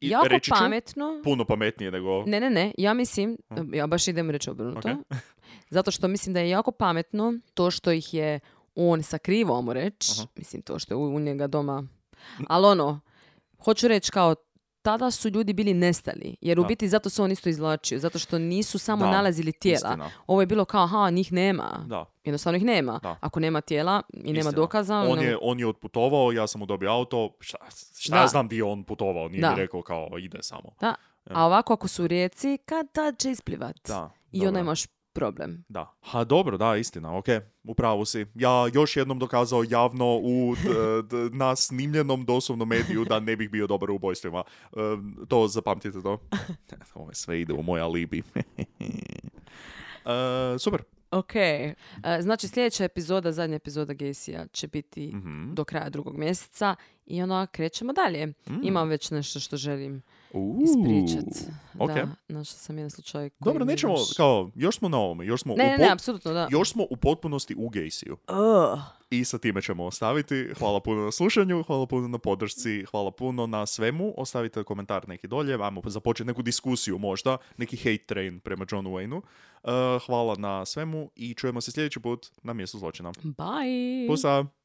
D: I
E: jako
D: reći ću-
E: pametno.
D: Puno pametnije nego...
E: Ne, ne, ne, ja mislim, e, ja baš idem reći obrnuto,
D: Ok.
E: zato što mislim da je jako pametno to što ih je on sakrivao, mu reći, mislim to što je u, u njega doma, ali ono, hoću reći kao, tada su ljudi bili nestali, jer u
D: Da.
E: biti zato se on isto izvlačio, zato što nisu samo
D: Da,
E: nalazili tijela.
D: istina.
E: Ovo je bilo kao, aha, njih nema.
D: Da.
E: Jednostavno ih nema.
D: Da.
E: Ako nema tijela i nema
D: Istina.
E: dokaza...
D: On
E: ono-
D: je, on je otputovao, ja sam mu dobio auto, šta, šta
E: Da.
D: ja znam di je on putovao, nije
E: Da.
D: mi rekao kao ide samo.
E: Da. A ovako ako su u rijeci, kad tad će isplivat.
D: Da,
E: I
D: dobro.
E: onda imaš problem.
D: Da. Ha, dobro, da, istina, ok, u pravu si. Ja još jednom dokazao javno u, d- d- na snimljenom doslovnom mediju da ne bih bio dobar u ubojstvima. Em, to zapamtite to. Ovo sve ide u moj alibi. E, super.
E: Ok. E, Znači sljedeća epizoda, zadnja epizoda Gesija će biti
D: Mhm. Hmm,
E: do kraja drugog mjeseca i ono krećemo dalje. Imam već nešto što želim
D: Mm. Uuu,
E: ispričat.
D: ok.
E: Da, našla sam jedan slučaj koji
D: Dobro,
E: mi
D: nećemo,
E: baš-
D: kao, još smo na ovome, još smo,
E: Ne,
D: u
E: ne, ne,
D: pot-
E: apsolutno da.
D: još smo u potpunosti u gejsiju.
E: Ugh.
D: I sa time ćemo ostaviti. Hvala puno na slušanju, hvala puno na podršci, hvala puno na svemu. Ostavite komentar neki dolje, ajmo započeti neku diskusiju možda, neki hate train prema Johnu Eh, Wayne-u. Uh, hvala na svemu i čujemo se sljedeći put na mjestu zločina.
E: Bye.
D: Pusa!